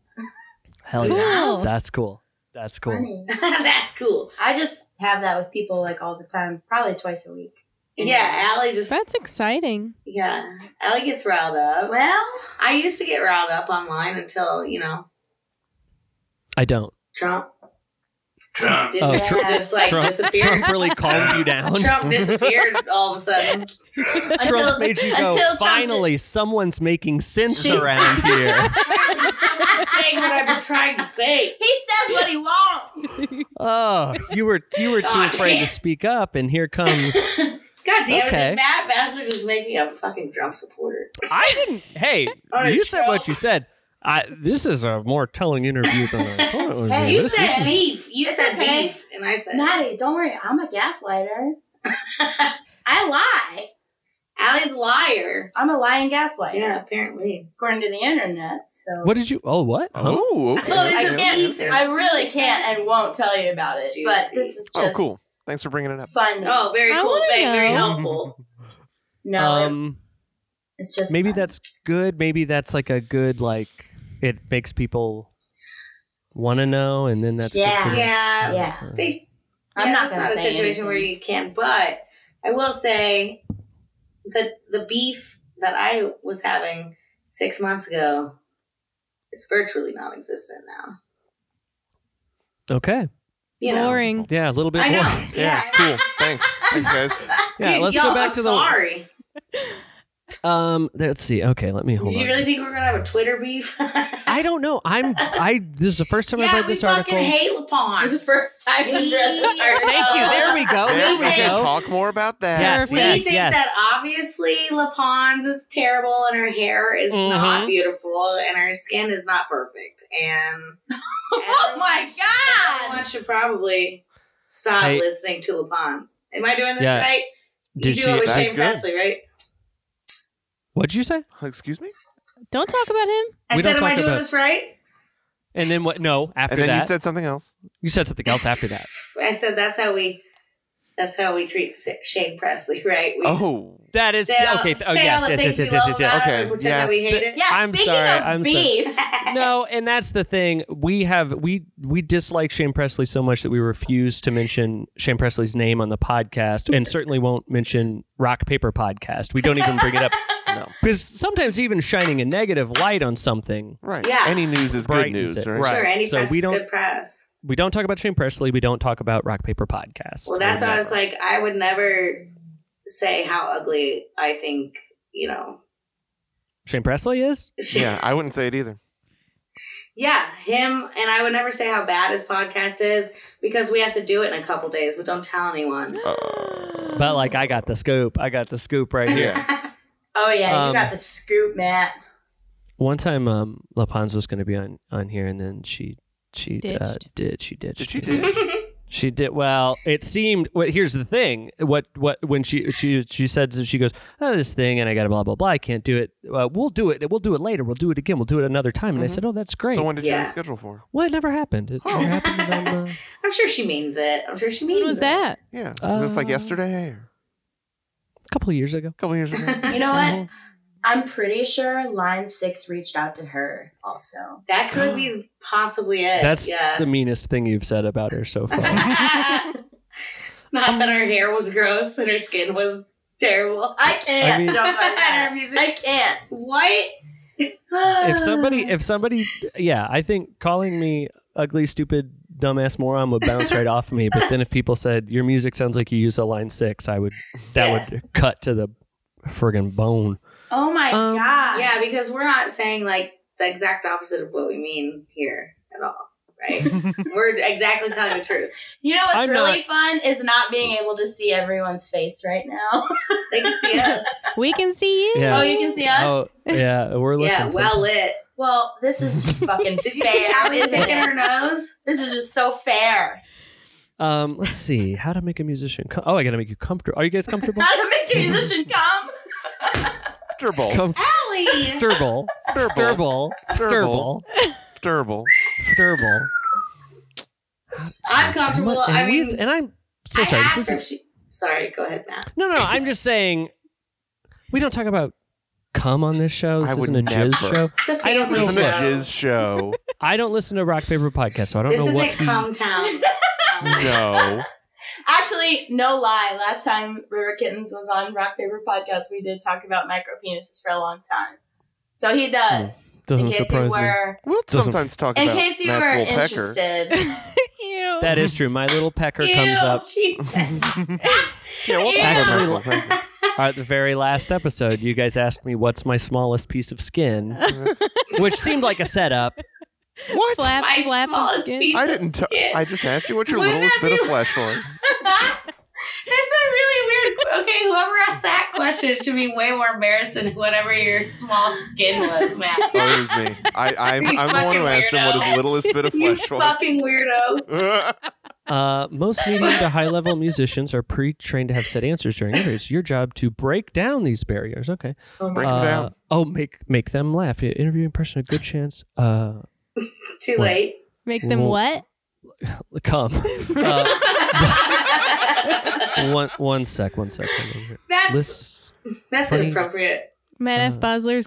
A: Hell
D: Cool.
A: That's cool. That's cool.
E: Plenty.
B: That's cool.
E: I just have that with people like all the time, probably twice a week. (laughs)
B: Yeah, Allie just
D: That's exciting.
B: yeah. Allie gets riled up.
E: Well,
B: I used to get riled up online until you know
A: I don't.
B: Trump
F: John.
B: did
A: Oh,
B: not
A: Trump-
B: just like
A: Trump,
B: disappeared.
A: Trump really calmed you down.
B: (laughs) Trump, disappeared all of a sudden.
A: Trump made you go.
E: until Trump did- (laughs)
A: Finally, someone's making sense
E: She-
A: around here.
B: I'm saying what I've been trying to say.
E: he says what he wants.
A: Oh, you were you were too
B: Aw,
A: afraid to
B: shit.
A: speak up, and here comes.
B: God damn it!
A: Okay.
B: Did Matt Bastard just make me a fucking Trump supporter?
A: I didn't. Hey,
B: On a
A: you said what
B: shelf.
A: you said. I, this is a more telling interview than I thought it would be.
E: Hey,
B: You
A: this,
B: said
A: this is,
B: beef. You
E: It's
B: said
E: okay.
B: beef, and I said
E: (laughs) Maddie, don't worry. I'm a gaslighter. (laughs) I lie.
B: Allie's a liar.
E: I'm a lying gaslighter,
B: Yeah, apparently.
E: according to the internet. So
A: what did you? Oh, what? Huh?
C: Oh, okay.
E: Well, there's a
C: Okay,
E: beef.
C: okay.
E: I really can't and won't tell you about it,
B: It's
E: but
B: juicy.
E: this is
C: Oh,
E: just
C: cool. Thanks for bringing it up.
E: fun.
B: Oh, very
D: I
B: cool
D: wanna
B: thing. Very
D: know.
B: helpful.
E: no,
A: Um,
E: it's just
A: maybe
E: fun.
A: that's good. Maybe that's like a good like. It makes people want to know, and then that's good
E: Yeah.
A: for-
B: Yeah.
E: yeah.
B: They,
E: I'm
B: yeah,
E: not
B: It's
E: gonna
B: not a
E: say
B: situation
E: anything.
B: where you can, but I will say that the beef that I was having six months ago is virtually non-existent now.
A: Okay.
B: You know.
D: Boring.
A: Yeah, a little bit
B: I
A: more.
B: (laughs) know.
C: Yeah,
B: Yeah.
C: cool. Thanks. Thanks,
E: (laughs)
C: guys.
A: Yeah,
B: Dude,
A: let's
B: y'all,
A: go back
B: I'm
A: to the
B: sorry.
A: um. Let's see. Okay, let me hold
B: Did
A: on.
B: you really think we were gonna have a Twitter beef? (laughs) yeah,
A: I don't know.
B: (laughs)
A: I'm. I. This is the first time I've read
B: we
A: this
B: fucking
A: article.
B: hate Lapon.
E: It was the first time
B: (laughs)
E: I read this article.
A: Thank you. There we
E: Oh,
A: go.
C: There we
B: Okay.
C: can talk more about that.
A: Yes.
B: We
A: Yes.
B: think
A: Yes.
B: that obviously LaPon's is terrible and her hair is
A: Mhm.
B: not beautiful and her skin is not perfect.
A: (laughs)
B: And
E: (laughs) Oh
B: (laughs)
E: my god!
B: everyone should probably stop
A: Hey.
B: listening to LaPon's. Am I doing this
A: Yeah.
B: right?
A: Did
B: you
A: she?
B: do it with
C: That's
B: Shane
C: good.
B: Presley, right?
A: What'd you say?
C: Excuse me?
D: Don't talk about him.
B: I
A: We don't
B: said, am I
A: talk
B: doing
A: about-
B: this right?
A: And then what? No. After
C: and then
A: that,
C: you said something else.
A: you said something else after that.
B: I said that's how we. That's how we treat Sa- Shane Presley, (laughs) right? We
C: Oh,
A: That is
B: just say all-
A: okay.
B: say
A: Oh yes,
B: all the
A: yes, yes,
B: things we
A: yes, yes,
B: love
A: yes, yes.
B: about him
C: Okay,
B: and pretend that we
A: yes.
B: hate it.
E: Yeah,
A: I'm
E: speaking
A: sorry,
E: of
A: I'm sorry.
E: beef,
B: (laughs)
A: No, and that's the thing. We have we we dislike Shane Presley so much that we refuse to mention Shane Presley's name on the podcast, and certainly won't mention Rock Paper Podcast. We don't even bring
B: (laughs)
A: it up
C: no.
A: because sometimes even shining a negative light on something.
C: Right.
B: Yeah.
C: Any news is good
A: Brightens
C: news,
A: it,
C: right?
A: right.
B: Sure, any
A: so
B: press
A: we
B: is
A: don't-
B: good press.
A: We don't talk about Shane Presley. We don't talk about Rock Paper Podcast.
B: Well, that's
A: or
B: why I was
A: whatever.
B: like, I would never say how ugly I think, you know.
A: Shane Presley is.
C: Yeah, I wouldn't say it
E: (laughs)
C: either.
B: Yeah, him, and I would never say how bad his podcast is because we have to do it in a couple days, but don't tell anyone.
A: But like, I got the scoop. I got the scoop right here.
C: Yeah.
E: oh yeah,
A: Um,
E: you got the scoop, Matt.
A: One time, um, LaPons was going to be on on here, and then she she uh,
D: Ditched.
A: did she ditched.
C: Did she
A: me.
C: do?
A: She did well. It seemed. Well, here's the thing. What what when she she she said she goes oh, this thing and I got to blah blah blah. I can't do it. Uh, we'll do it. We'll do it later. We'll do it again. We'll do it another time. And I
C: Mhm.
A: said, oh, that's great.
C: So when did
B: Yeah.
C: you reschedule for?
A: well, it never happened. It never happened. and I'm, uh,
B: I'm sure she means it. I'm sure she means
D: When was
B: it.
D: that?
C: Yeah. Is this like
A: Uh,
C: yesterday or
A: a couple of years ago.
C: a couple
E: (laughs)
C: years ago?
E: You know
A: (laughs)
E: what? I'm pretty sure Line Six reached out to her also.
B: That could be possibly it.
A: That's
B: yeah.
A: the meanest thing you've said about her so far.
B: (laughs) Not that her hair was gross and her skin was terrible.
E: I can't
A: I
E: (laughs)
A: mean-
E: jump on
B: Her
E: that.
B: music-
E: I can't.
B: What? (sighs)
A: if somebody, if somebody, yeah, I think calling me ugly, stupid, dumbass moron would bounce right off me. But then if people said your music sounds like you use a line six, I would that would cut to the friggin' bone.
E: Oh my
A: Um,
E: god.
B: Yeah, because we're not saying like the exact opposite of what we mean here at all,
A: (laughs)
B: right? We're exactly telling the truth.
E: You know what's
A: I'm
E: really fun is not being able to see everyone's face right now. (laughs)
B: They can see us.
D: We can see you.
A: Yeah.
E: oh, you can see us.
A: Oh yeah, (laughs) we're looking.
B: yeah, well lit.
E: Well, this
A: (laughs)
E: is just fucking
B: Did you see
E: fair.
B: how he's
E: isn't
B: picking
E: it?
B: her nose?
E: This is just so fair.
A: Um, let's see how to make a musician. Com- oh, I gotta make you comfortable. Are you guys
B: (laughs)
A: comfortable?
E: How to
A: (laughs)
E: make a musician come?
C: Durble.
A: Comfortable.
B: Allie!
A: Durble.
C: Durble.
A: Durble. Durble.
C: Durble. Durble.
A: Durble.
B: I'm
A: Jeez,
B: comfortable.
A: what-
B: I
A: and we-
B: mean,
A: and I'm so
B: I
A: sorry.
B: asked
A: This
B: her
A: is
B: if she. Sorry, go ahead, Matt.
A: no, no. I'm just saying, we don't talk about cum on this show. This
C: I would
A: isn't a jizz
C: never.
A: show.
B: It's a
A: I don't
B: family
C: This
A: know
C: isn't a
A: what-
B: show.
C: jizz show.
A: I don't listen to rock paper podcast, so I don't
B: This
A: know what.
B: isn't Come Town. (laughs)
C: No.
E: Actually, no lie. Last time River Kittens was on Rock Paper Podcast, we did talk about micro penises for a long time. So he does.
A: Hmm. Doesn't
E: in case you
A: surprise me.
E: were,
C: We'll
A: Doesn't-
C: sometimes talk
E: in
C: about
E: case you
C: Matt's
E: were
C: little pecker.
E: interested.
D: Ew.
A: that is true. My little pecker comes up
B: Jesus.
C: yeah, we'll talk about Matt's
A: Actually,
C: little pecker.
B: (laughs)
A: at the very last episode. You guys asked me what's my smallest piece of
B: (laughs)
A: skin,
C: That's-
A: which seemed like a setup.
C: What?
D: Flap,
B: My
D: flap of
B: smallest
D: skin.
B: piece
C: I
B: of
E: (laughs)
C: didn't. T-
B: skin.
C: I just asked you what your
B: Wouldn't
C: littlest
B: that
C: bit
B: be-
C: of flesh was.
B: (laughs) That's a really weird. Okay, whoever asked that question should be way more embarrassed than whatever your small skin was, Matt.
A: (laughs)
C: Oh, it was me.
B: (laughs)
C: I, I'm,
B: You
C: I'm the one
B: fucking
C: who asked him what
B: weirdo.
C: his littlest
E: (laughs)
C: bit of
B: You
C: flesh was.
B: fucking weirdo.
A: Uh, most medium to high level musicians are pre trained to have set answers during interviews. Your job to break down these barriers. Okay.
C: Break them
A: Uh,
C: down.
A: Oh, make make them laugh. Yeah, Interviewing person a good chance. Uh,
B: Too
A: What?
B: late.
D: Make them
A: Well-
D: what?
A: come. Uh,
B: (laughs) That's
A: one one sec. One sec. Hold on here. List.
B: that's
A: funny.
B: inappropriate.
D: Matt
A: Uh,
D: F. Bosler's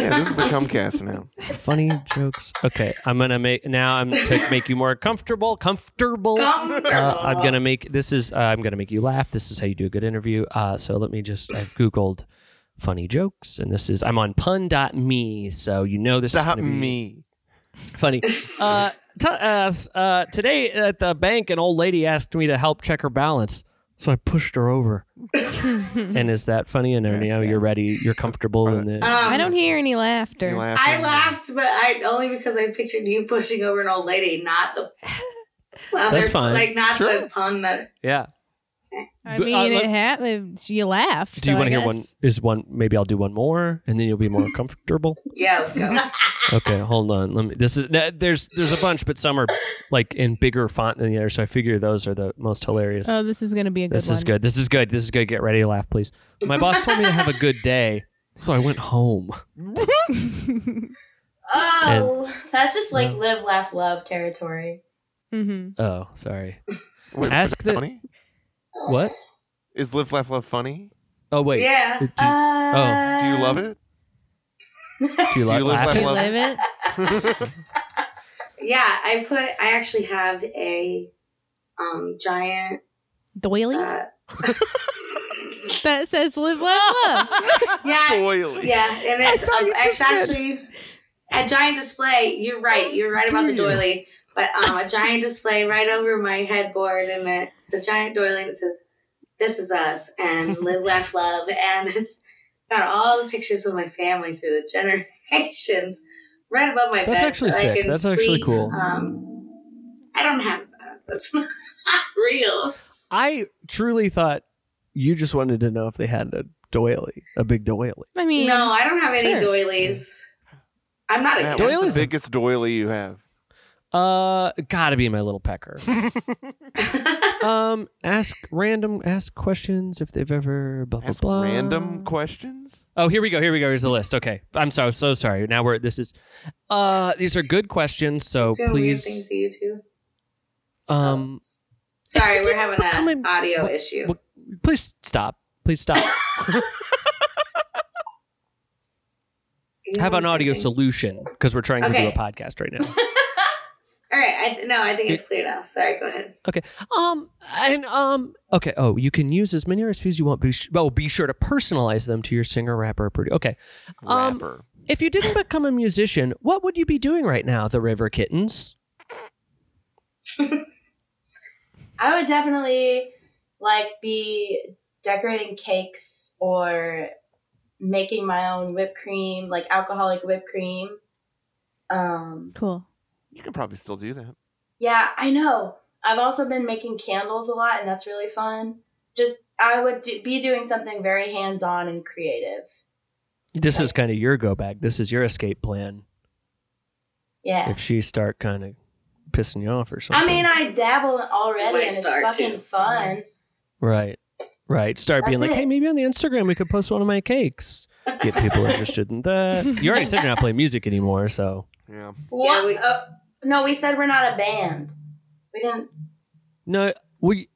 C: (laughs)
B: (laughs)
C: Yeah, this is the Comcast now.
A: funny jokes. Okay, I'm gonna make now. I'm to make you more comfortable. Comfortable.
B: Comfortable.
A: Uh, I'm gonna make this is. Uh, I'm gonna make you laugh. This is how you do a good interview. Uh, so let me just. I've googled funny jokes, and this is. I'm on pun.me, so you know this
C: Stop
A: is gonna be
C: me.
A: funny. Uh, t- uh, s- uh, today at the bank, an old lady asked me to help check her balance, so I pushed her over. And is that funny? And
D: Mm-hmm. Yes,
A: now
D: yeah.
A: you're ready. You're comfortable in
B: Um,
A: the.
B: I
D: I don't hear any laughter.
C: You laugh
B: I
C: at me.
B: laughed, but I only because I pictured you pushing over an old lady, not the other,
A: fine.
B: like not
C: Sure.
B: the pun that.
A: Yeah.
D: I
A: But,
D: mean,
A: uh,
D: it
A: let-
D: happened. You laughed.
A: Do you
D: so
A: want to
D: I
A: hear
D: guess.
A: one? Is one maybe I'll do one more, and then you'll be more comfortable.
B: Yeah, let's
E: (laughs)
B: go.
A: Okay, hold on. Let me. This is no, there's there's a bunch, but some are like in bigger font than the other. So I figure those are the most hilarious.
D: Oh, this is going to be a good
A: this
D: one.
A: is good. This is good. This is good. Get ready to laugh, please. My boss told me to have a good day, so I went home.
E: oh, that's just like
A: No.
E: live, laugh, love territory.
D: (laughs) mm-hmm.
A: Oh, sorry.
C: Wait,
A: Ask
C: is
A: the-
C: it funny?
A: What?
C: Is live, laugh, love funny?
A: Oh wait.
B: yeah.
A: Do, do Oh.
E: Uh,
C: Do you love it?
A: you
C: do
A: like
C: you live, laugh,
A: laughing?
C: love?
D: Live it.
B: Uh,
C: (laughs)
B: Yeah, I put. I actually have a um giant.
D: Doily?
C: (laughs)
B: Uh,
D: that says
B: (laughs)
D: live, laugh, love.
B: yeah,
A: (laughs)
C: Boily.
B: yeah, and it's,
C: thought
B: um,
C: you
B: it's
C: just said-
B: actually a giant display. You're right. You're right about the
A: Dude.
B: doily, but um,
A: (laughs)
B: a giant display right over my headboard, and it's a giant doily, and it says, "This is us," and
A: (laughs)
B: "Live, Laugh, Love," and it's got all the pictures of my family through the generations right above my bed.
A: That's actually
B: so I
A: sick.
B: can
A: That's actually
B: sleep.
A: cool.
B: Um, I don't have that. That's (laughs) not real.
A: I truly thought you just wanted to know if they had a doily, a big doily.
D: I mean,
B: No, I don't have any
A: Sure.
B: doilies. I'm not
C: Matt,
B: against
C: what's
A: Doilies
C: the biggest doily
A: (laughs)
C: you have?
A: Uh, gotta be my little
D: (laughs)
A: pecker.
B: (laughs)
A: um, ask random, ask questions if they've ever blah blah
C: Ask
A: blah.
C: random questions?
A: Oh, here we go. Here we go. Here's the list. Okay, I'm so so sorry. Now we're this is. Uh, these are good questions. So
B: doing weird
A: please,
B: things to you too. Oh,
A: um,
B: Sorry,
A: if you
B: we're
A: keep
B: having
A: becoming-
B: an audio
A: what-
B: issue.
A: what- please stop. Please stop.
B: (coughs) You
A: Have
B: know
A: an
B: what I'm
A: audio
B: saying?
A: solution because we're trying to do
B: Okay.
A: a podcast right
B: (laughs)
A: now.
B: All right, I th- no, I think it's clear now. Sorry, go ahead.
A: Um and um okay. Oh, you can use as many recipes you want. Be sh- oh, be sure to personalize them to your singer, rapper, or producer. Okay. Um,
C: Rapper.
A: If you didn't become a musician, what would you be doing right now, the River Kittens?
E: I would definitely like be decorating cakes or making my own whipped cream, like alcoholic whipped cream. Um,
B: (laughs)
D: cool.
C: You can probably still do that.
E: Yeah, I know. I've also been making candles a lot, and that's really fun. Just I would do, be doing something very hands-on and creative.
A: This is kind of your go back. This is your escape plan.
E: Yeah.
A: If she start kind of pissing you off or something.
E: I mean, I dabble already,
B: Where
E: and it's
B: start
E: fucking
B: to?
E: fun.
A: right, right. Start being
E: That's
A: like,
E: it.
A: hey, maybe on the Instagram we could post one of my cakes. Get people interested in
E: (laughs)
A: that. You already said you're not playing music anymore, so
C: Yeah.
B: Yeah, we-
E: Uh, no, we said we're not a band. We didn't.
A: no, we.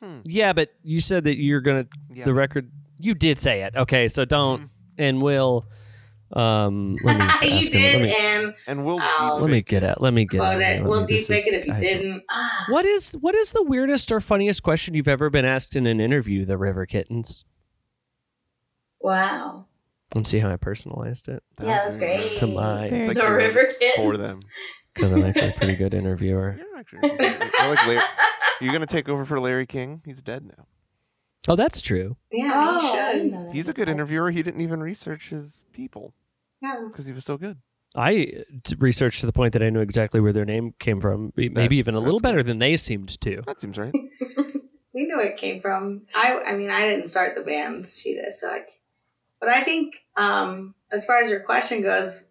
C: Hmm.
A: Yeah, but you said that you're gonna
C: Yeah. Mm.
A: the record. You did say it. Okay, so don't and will. Um, let me
B: Hmm. (laughs) you
A: ask him-
B: did,
A: Let me,
B: and
C: and we'll.
B: Oh.
C: deepfake
A: let me get out. Let me get
B: quote
A: out.
B: it.
A: Let
B: We'll
A: me- this
B: deep fake
A: is-
B: it if you
A: I-
B: didn't.
E: Ah,
A: What is what is the weirdest or funniest question you've ever been asked in an interview? The River Kittens.
E: wow.
A: And see how I personalized it
C: That
E: Yeah,
C: was
E: that's
C: really
E: great.
A: to mine
D: Very
C: It's like
E: the
C: you're
E: river kittens.
C: For them.
A: (laughs) because I'm actually a pretty good interviewer.
C: You're
B: (laughs)
C: actually. I like Larry. You're gonna take over for Larry King. He's dead now.
A: Oh, that's true.
B: Yeah,
E: Oh,
B: you
E: I didn't
B: should.
E: know that.
C: He's a good interviewer. He didn't even research his people
B: Yeah.
C: because he was so good.
A: I t- researched to the point that I knew exactly where their name came from, e, maybe
C: That's-
A: even a little
C: that's cool.
A: better than they seemed
C: (laughs)
A: to.
C: That seems
B: (laughs)
C: right.
B: We knew where it came from. I I mean, I didn't start the band. She did, so I. c- But I think, um, as far as your question goes,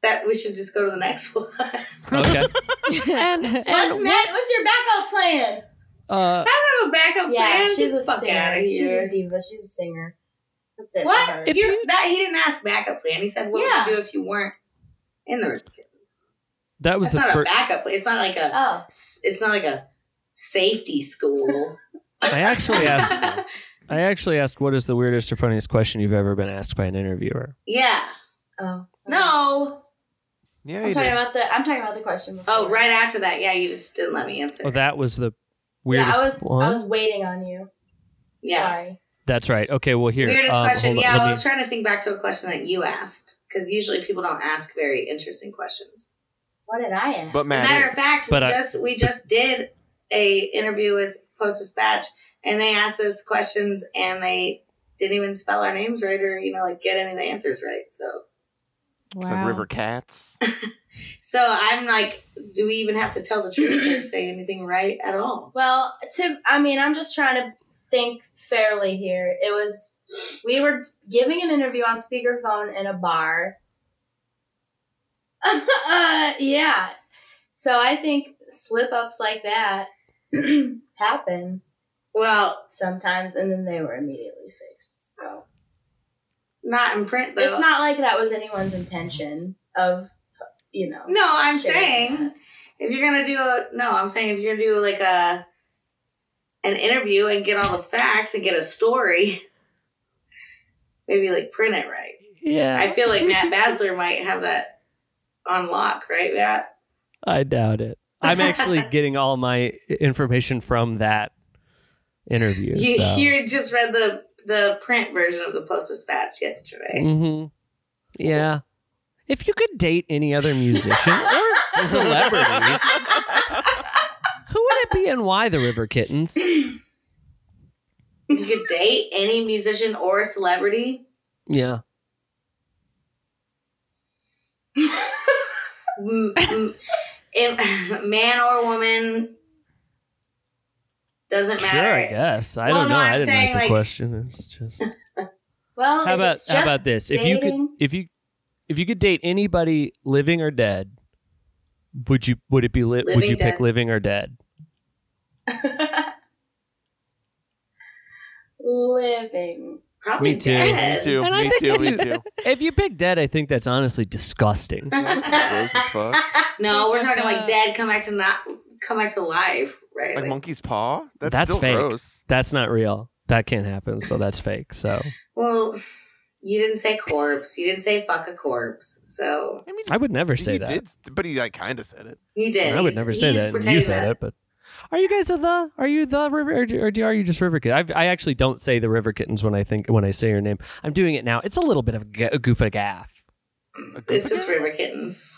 B: that we should just go to the next (laughs) one.
A: Okay.
D: (laughs)
E: What's Matt? What's your backup plan?
A: uh,
B: I don't have a backup
E: Yeah,
B: plan.
E: she's
B: Get
E: a
B: the fuck out
E: singer.
B: of
E: She's a
B: here.
E: diva. She's a singer. That's it. for her.
B: what? If
A: If
B: you
A: you-
B: that he didn't ask backup plan. He said, "What would
E: Yeah.
B: you do if you weren't in the?"
A: that was
B: That's not
A: the
B: a
A: first.
B: backup plan. It's not like a.
E: Oh,
B: s- It's not like a safety school.
E: (laughs)
A: I actually asked.
B: (laughs)
A: I actually asked, "What is the weirdest or funniest question you've ever been asked by an interviewer?"
B: yeah.
E: oh
B: No.
C: (laughs) Yeah,
E: I'm
C: he
E: talking
C: did.
E: about the. I'm talking about the question. Before.
B: Oh, right after that, yeah, you just didn't let me answer.
A: Oh, that was the weirdest
E: Yeah, I was.
A: one.
E: I was waiting on you.
B: yeah.
E: Sorry.
A: That's right. Okay, well here.
B: Weirdest
A: um,
B: question.
A: hold on,
B: yeah,
A: let
B: I
A: me-
B: was trying to think back to a question that you asked because usually people don't ask very interesting questions.
E: What did I ask?
C: But
B: As a matter
C: Matt,
B: of fact,
A: But
B: we
A: I-
B: just we just did a interview with Post Dispatch, and they asked us questions, and they didn't even spell our names right, or you know, like get any of the answers right. So,
C: it's like River Cats.
B: (laughs) so I'm like, do we even have to tell the truth or say anything right at all?
E: Well, to I mean, I'm just trying to think fairly here. It was we were giving an interview on speakerphone in a bar. (laughs) uh, yeah. So I think slip ups like that (clears throat) happen
B: Well,
E: sometimes, and then they were immediately fixed. So
B: not in print though.
E: it's not like that was anyone's intention of you know.
B: No, I'm saying.
E: sharing that.
B: if you're gonna do a no i'm saying if you're gonna do like a an interview and get all the facts and get a story (laughs) maybe like print it right
A: Yeah,
B: i feel like matt basler might have that on lock right matt
A: I doubt it. I'm
B: (laughs)
A: actually getting all my information from that interview.
B: you,
A: so.
B: you just read the the print version of the post dispatch yesterday
A: hmm Yeah. If you could date any other (laughs) musician or celebrity, who would it be and why the River Kittens? Mm.
B: you could date any musician or celebrity
A: Yeah.
B: M- m- if- (laughs) man or woman doesn't
A: Sure,
B: matter
A: I guess. I
B: Well,
A: don't
B: no,
A: know.
B: I'm
A: I didn't
B: saying,
A: like the
B: like-
A: question. It's
B: (laughs)
A: just
E: Well,
A: How
E: if
A: about
E: it's just
A: how about this? If you could
E: dating-
A: if you if you could date anybody living or dead, would you would it be li- would
B: Living
A: you pick
B: dead.
A: living or dead?
E: living.
B: probably
A: Me too.
B: dead.
C: Me too.
A: And I
C: Me
A: think
C: too.
A: you- (laughs)
C: Me too.
A: If you pick dead, I think that's honestly
B: (laughs)
A: disgusting.
C: Gross as fuck.
B: No, we're
D: Think
B: talking
D: of
B: like
D: the-
B: dead come back to not come back to life, right?
C: Like
B: Like,
C: monkey's paw. That's,
A: That's
C: still
A: fake.
C: gross.
A: That's not real. That can't happen, so that's fake. So
B: well, you didn't say corpse. You didn't say fuck a corpse. So
C: I mean,
A: I would never
C: he
A: say that.
C: did, but he like kind of said it.
B: you did.
A: I would
B: He's-
A: never say
B: he's
A: that. and You
B: pretending
A: said
B: that.
A: it, but are you guys a the? Are you the river, or, do- or do- are you just river kittens? I, I actually don't say the river kittens when I think when I say your name. I'm doing it now. It's a little bit of a g- a goof and a gaff.
C: A goof
B: It's just
C: again?
B: river kittens.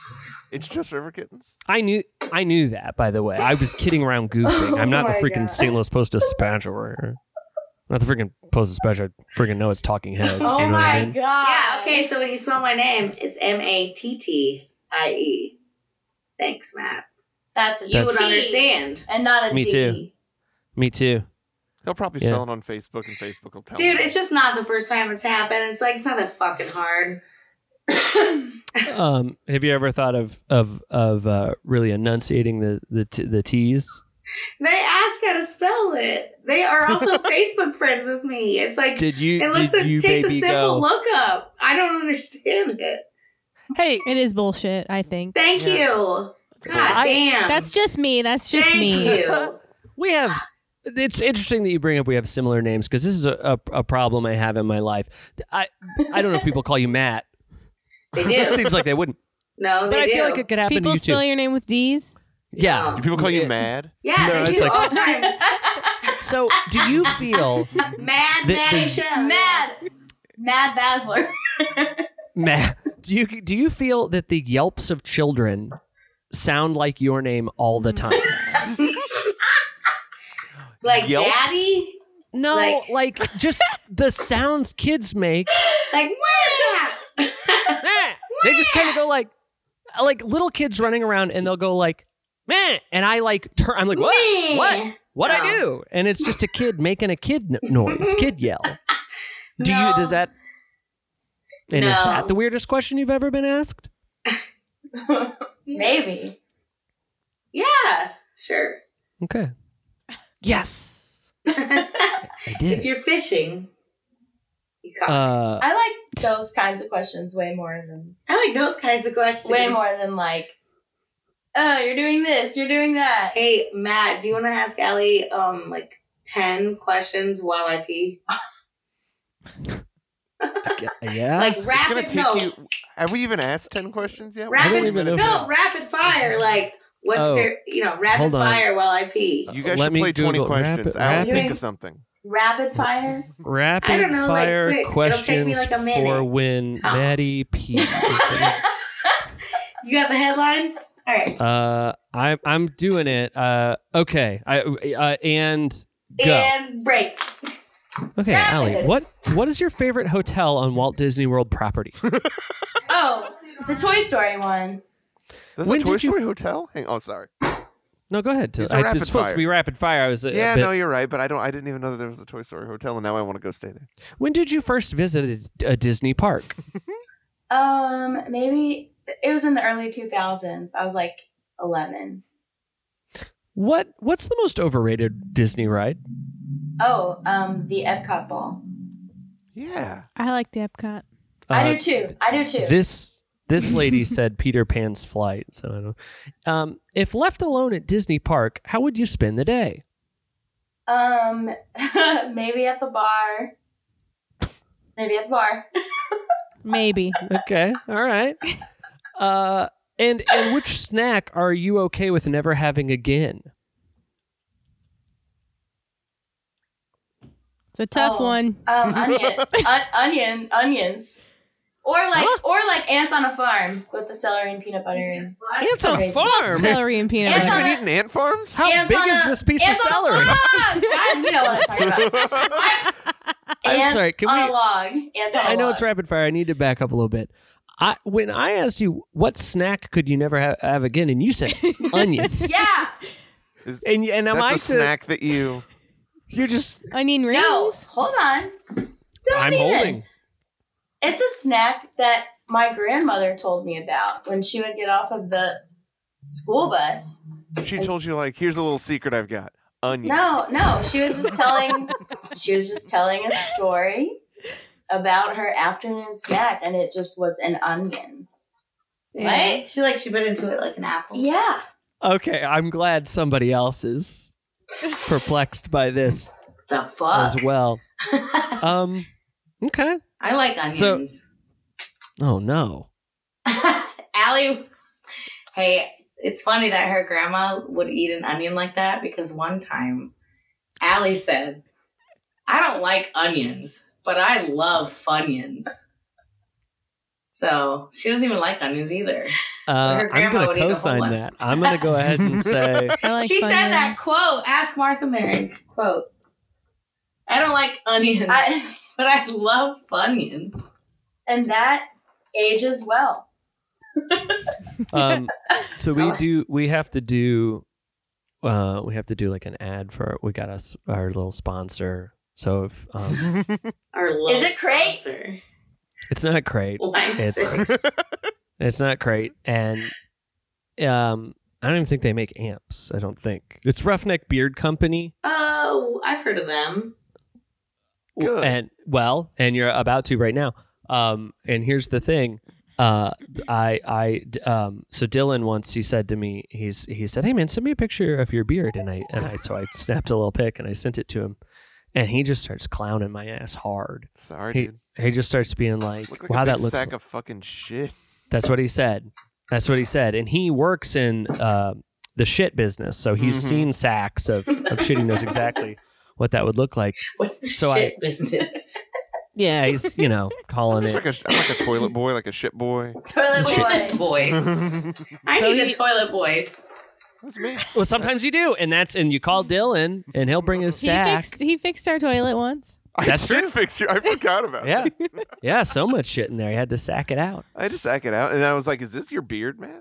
C: It's just river kittens.
A: I knew I knew that. By the way, I was kidding around goofing. I'm not
E: Oh
A: the
E: my
A: freaking
E: God.
A: St. Louis Post Dispatch or not the freaking Post Dispatch. I freaking know it's Talking Heads.
E: Oh
A: you know what
E: my
A: I mean?
E: god.
B: Yeah. Okay. So when you spell my name, it's M A T T I E. Thanks, Matt.
E: That's a
B: You
E: T
B: would understand.
E: and not a
A: Me
E: D.
A: too. Me too.
C: He'll probably
A: Yeah.
C: spell it on Facebook, and Facebook will tell him.
B: Dude, it's just not the first time it's happened. It's like, it's not that fucking hard.
A: Um, have you ever thought of of of uh, really enunciating the the t- the T's?
B: They ask how to spell it. They are
A: (laughs)
B: also Facebook friends with me. It's like,
A: Did you?
B: it looks
A: did
B: like
A: you
B: takes a
A: maybe go,
B: simple lookup. I don't understand it.
A: Hey,
D: It is bullshit, I think.
B: Thank
C: Yeah.
B: you. God
A: I-
B: damn.
D: That's just me. That's just
B: Thank
A: (laughs)
D: me.
B: you.
A: we have it's interesting that you bring up we have similar names because this is a, a, a problem i have in my life i i don't know if people call you matt
B: They
A: it
B: do.
A: seems like they wouldn't
B: No,
A: but
B: they
A: i
B: do.
A: feel like it could happen
D: People
A: to you
D: spell
A: too
D: your name with D's.
A: yeah
C: Do people call you mad?
B: Yeah,
A: No,
B: they
A: it's
B: do
A: like-
B: all
A: (laughs)
B: the time.
A: so do you feel
B: Mad
A: The-
B: Maddie
A: the-
B: Show.
E: Mad. Mad Basler. (laughs)
A: matt do you do you feel that the yelps of children sound like your name all the time
B: Like
C: Yelps?
B: daddy?
A: no like,
B: Like-
A: just the sounds kids make
B: Like, "Wah!"
A: they just kind of go like like little kids running around and they'll go like man and i like turn i'm like what
B: Meh.
A: what what I
B: Oh.
A: do, and it's just a kid making a kid no- noise, kid
B: (laughs)
A: yell. Do you?
B: No.
A: Does that? And is
B: No.
A: that the weirdest question you've ever been asked?
E: Maybe.
B: Yeah, sure.
A: Okay.
B: (laughs)
A: Yes, I
B: if
A: did.
B: you're fishing, you caught.
A: Uh,
E: I like those kinds of questions way more than
B: I like those kinds of questions.
E: way more than like, oh, you're doing this, you're doing that.
B: Hey, Matt, do you want to ask Ellie um like ten questions while I pee?
A: yeah.
B: Like
C: It's gonna
B: rapid,
C: take
B: no,
C: you. Have we even asked ten questions yet?
A: I don't
B: rapid,
A: even know
B: no, rapid fire. Like what's
A: Oh.
B: fair? You know, rapid
A: Hold on.
B: fire while I pee.
C: You guys
A: Let
C: should
A: me
C: play twenty
A: Google
C: questions.
A: rapid-
C: I
E: rapid-
C: will think of something.
E: Rapid fire.
A: Rapid
B: I don't know, like,
A: fire
B: quick. It'll
A: questions
B: take me, like, a minute.
A: for when
B: Tops.
A: Maddie P.
B: (laughs) You got the headline.
E: All right.
A: uh, I'm I'm doing it. Uh, okay. I uh, and go.
B: And break.
A: okay,
E: grab
A: Allie.
E: it.
A: What what is your favorite hotel on Walt Disney World property?
E: Oh, the Toy Story one.
C: This
A: When
C: is a Toy
A: did you-
C: Story hotel. Hang. Oh, sorry.
A: No, go ahead.
C: It's
A: It's,
C: a
A: I,
C: rapid
A: it's supposed
C: fire.
A: to be rapid fire. I was a, a
C: Yeah,
A: bit-
C: no, you're right. But I don't. I didn't even know that there was a Toy Story hotel, and now I want to go stay there.
A: When did you first visit a, a Disney park?
E: Um, maybe it was in the early 2000s. I was like 11.
A: What What's the most overrated Disney ride?
E: Oh, um, the Epcot ball.
C: Yeah.
D: I like the Epcot.
E: I
A: Uh,
E: do too. I do too.
A: This This lady said Peter Pan's flight. So I don't. Um, if left alone at Disney Park, how would you spend the day?
E: um, (laughs) maybe at the bar. Maybe at the bar.
D: Maybe.
A: Okay, all
E: (laughs)
A: right. Uh, and and which snack are you okay with never having again?
D: It's a tough
E: Oh.
D: one.
A: (laughs)
E: Um, onion, on- onion, onions, or like,
A: Huh?
E: or like ants on a farm with the celery and peanut butter. And
A: Ants on a
E: Raisins.
A: farm.
D: Celery and peanut
E: It's
C: Have
E: on
C: you
E: a-
D: butter.
C: been eating ant farms? (laughs)
A: How
E: Ants
A: big
E: on
A: is
E: a-
A: this piece of
E: ants on
A: (laughs)
E: a
A: celery?
E: log! God, you know what I'm talking about.
A: (laughs) I'm
E: Ants
A: sorry, can
E: on
A: we-
E: a log. Ants on a
A: I know
E: log.
A: it's rapid fire. I need to back up a little bit. I when I asked you what snack could you never ha- have again, and you
E: (laughs)
A: said onions. (laughs)
E: Yeah.
C: Is-
A: And and am
C: that's
A: I
C: a
A: to,
C: snack that you.
A: You're just.
D: Onion rings.
E: No, hold on. Don't
A: I'm
E: even.
A: holding.
E: It's a snack that my grandmother told me about when she would get off of the school bus.
C: She told you like, here's a little secret I've got. Onions.
E: No, no, she was just telling she was just telling a story about her afternoon snack and it just was an onion.
D: Yeah.
B: What? She like she bit into it like an apple.
E: Yeah.
A: Okay, I'm glad somebody else
E: (laughs)
A: is perplexed by this
B: The
E: Uh.
B: fuck. (laughs)
A: as well. Um. Okay.
B: I like
A: So-
B: onions.
A: Oh no.
B: (laughs) Allie, hey, it's funny that her grandma would eat an onion like that because one time Allie said, I don't like onions, but I love Funyuns. So she doesn't even like onions either.
A: Uh,
B: Her
A: I'm
B: grandma
A: gonna
B: would eat a whole
A: co-sign
B: one.
A: that. I'm gonna go ahead
B: (laughs)
A: and say
D: I like
B: she said
D: Funyuns.
B: that quote, ask Martha Mary quote. I don't like onions,
E: I,
B: (laughs) but I love Funyuns.
E: and that ages well.
A: Um, so we do. We have to do. Uh, we have to do like an ad for. We got us our little sponsor. So if
B: (laughs)
A: um,
C: (laughs)
B: Our love
E: Is it crate?
B: sponsor.
A: it's not crate,
B: Line
A: It's-
B: (laughs) six.
A: it's not crate, and um, I don't even think they make amps. I don't think it's Roughneck Beard Company.
B: oh, I've heard of them.
C: Good.
A: And well, eh, and you're about to right now. Um, and here's the thing. Uh, I, I, d- um, so Dylan once he said to me, he's, he said, Hey man, send me a picture of your beard. And I, and I, so I snapped a little pic and I sent it to him and he just starts clowning my ass hard.
C: Sorry,
A: Hey,
C: dude.
A: He just starts being like,
C: Look like
A: wow,
C: a big
A: that looks,
C: sack of fucking shit.
A: that's what he said. That's what he said. And he works in, uh, the shit business. So he's
C: Mhm.
A: seen sacks of, of shit. He knows
C: (laughs)
A: exactly what that would look like.
B: What's the
A: So I-
B: shit (laughs) business?
A: Yeah. He's, you know, calling
C: It's
A: it.
C: like a, I'm like a toilet boy, like a shit boy.
E: Toilet
B: Toilet
C: (laughs)
E: boy.
B: boy.
C: That's
A: (laughs)
B: I
A: So
B: need
A: he-
B: a toilet boy.
C: me.
A: Well, sometimes you do, and that's and you call Dylan, and he'll bring his
D: He
A: sack.
D: fixed, he fixed our toilet once.
A: That's
C: I
A: true.
C: did fix you. I forgot about.
A: Yeah,
C: It.
A: yeah, so much shit in there. He had to sack it out,
C: I just sack it out, and I was like, "Is this your beard, man?"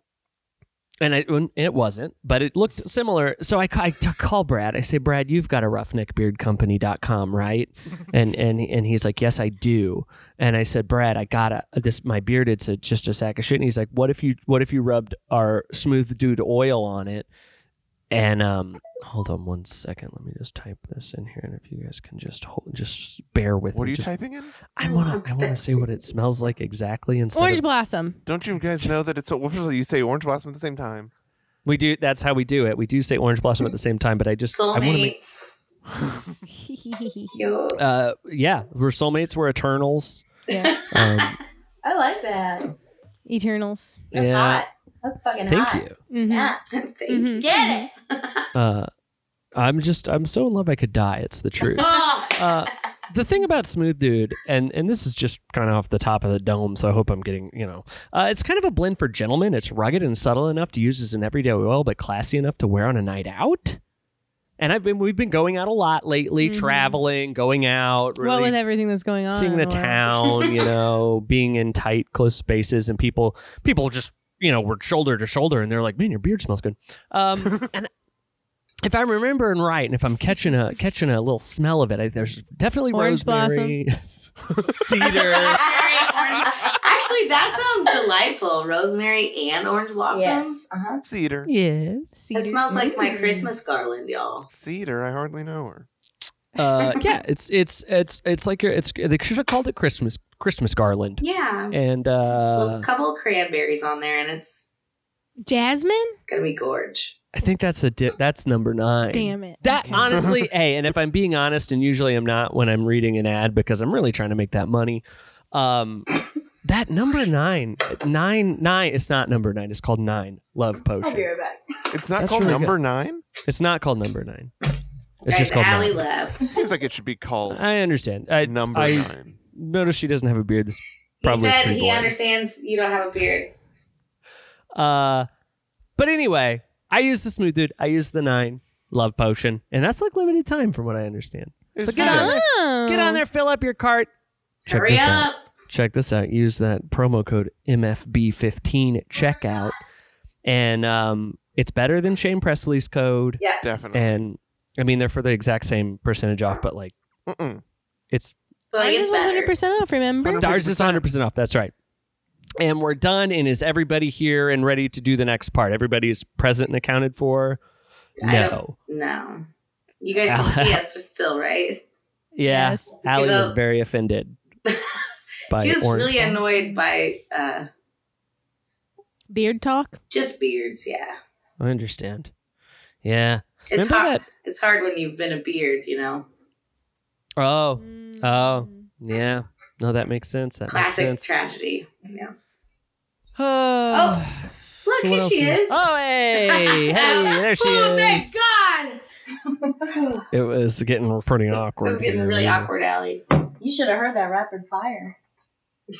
A: and it, and it wasn't, but it looked similar. So I, ca- I t- call Brad. I say, Brad, you've got a roughneckbeardcompany.com,
C: (laughs)
A: right? And and and he's like, Yes, I do. And I said, Brad, I gotta this. My beard, it's a, just a sack of shit. And he's like, What if you What if you rubbed our smooth dude oil on it? And um, hold on one second. Let me just type this in here, and if you guys can just hold, just bear with
C: What
A: me.
C: are you
A: just
C: typing in?
A: I
B: Oh,
A: want
B: I'm
A: to. I want to see what it smells like exactly. Instead,
D: Orange
A: of, (laughs)
D: blossom.
C: Don't you guys know that it's well, first of all, you say orange blossom at the same time?
A: we do. That's how we do it. We do say orange blossom at the same time, but I just I want to make.
B: Soulmates. (laughs) Cute.
A: Uh, yeah, we're soulmates. We're eternals.
D: Yeah.
A: Um,
E: I like that.
D: Eternals.
E: That's
A: yeah.
E: hot. That's fucking
A: Thank
E: hot.
A: you.
D: Mhm.
E: Yeah.
B: Thank
D: Mhm.
B: you.
E: Get
B: (laughs)
E: it.
A: Uh, I'm just. I'm so in love. I could die. It's the
E: (laughs)
A: truth.
B: Oh,
A: Uh, the thing about Smooth Dude, and and this is just kind of off the top of the dome, so I hope I'm getting you know, uh, it's kind of a blend for gentlemen. It's rugged and subtle enough to use as an everyday oil, but classy enough to wear on a night out. And I've been we've been going out a lot lately,
D: Mhm.
A: traveling, going out,
D: What
A: really
D: with everything that's going on?
A: seeing
D: in
A: the
D: world.
A: town, you know, being in tight, close spaces, and people people just you know were shoulder to shoulder, and they're like, "Man, your beard smells good." Um, and if I'm remembering right, and if I'm catching a catching a little smell of it, I, there's definitely
D: Orange
A: rosemary, cedar.
B: actually, that sounds delightful. Rosemary and orange blossom.
E: Yes. Uh huh.
C: Cedar.
A: Yes.
D: Cedar.
B: It smells like my
D: Mm.
B: Christmas garland, y'all.
C: Cedar. I hardly know her.
A: (laughs) Uh, yeah, it's it's it's it's like your it's they should have called it Christmas Christmas garland.
B: Yeah.
A: And
B: A
A: uh,
B: couple of cranberries on there, and it's
D: Jasmine.
B: gonna be gorge.
A: I think that's a di- that's number nine.
D: Damn it.
A: That
D: Okay.
A: honestly, hey, and if I'm being honest, and usually I'm not when I'm reading an ad because I'm really trying to make that money. Um, that number nine, nine, nine. It's not number nine. It's called nine. Love
E: I'll be
A: potion.
E: right back.
C: It's not
A: That's
C: called
A: really
C: number nine.
A: It's not called number nine. It's
B: Guys,
A: just called
B: Allie
A: nine.
B: left.
C: Seems like it should be called
A: I understand. I,
C: number
A: I
C: nine.
A: notice she doesn't have a beard. This
B: He
A: probably is
B: said
A: pretty
B: he
A: boring.
B: understands you don't have a beard.
A: Uh, but anyway, I use the smooth dude. I use the nine love potion, and that's like limited time, from what I understand.
C: It's
A: get
C: fine.
A: on it.
D: Oh.
A: Get on there, fill up your cart. Check
B: Oh. Hurry
A: this out.
B: up.
A: check this out. Use that promo code MFB15
B: Oh
A: at checkout, and um, it's better than Shane Presley's code.
C: Definitely.
A: And I mean, they're for the exact same percentage off, but like
C: Mm-mm.
A: it's
B: But like,
D: Ours
B: it's
D: is one hundred
B: better.
D: percent off. Remember?
C: 100%.
A: ours is 100 percent off. That's right. And we're done. And is everybody here and ready to do the next part? Everybody is present and accounted for.
B: I don't-
A: No.
B: No. You guys
A: (laughs)
B: can see us still, right?
A: Yeah.
D: Yes.
A: Allie
B: See, the-
A: was very
B: (laughs)
A: offended. by
B: she was
A: orange
B: really
A: balls.
B: annoyed by uh,
D: Beard talk.
B: just beards. Yeah,
A: I understand. Yeah.
B: it's
A: Remember that?
B: hard. It's hard when you've been a beard, you know.
A: Oh,
B: Mm.
A: Oh. yeah. No, that makes sense. That
B: Classic
A: makes sense.
B: tragedy. Yeah.
A: (sighs) Oh,
B: Look, here she
A: is.
B: is.
A: Oh, (laughs) hey, hey, there she
B: (laughs) oh,
A: is.
B: thank God.
A: It was getting pretty
B: it
A: awkward.
B: was getting
A: here.
B: really awkward, Allie.
E: You should have heard that rapid fire. (laughs)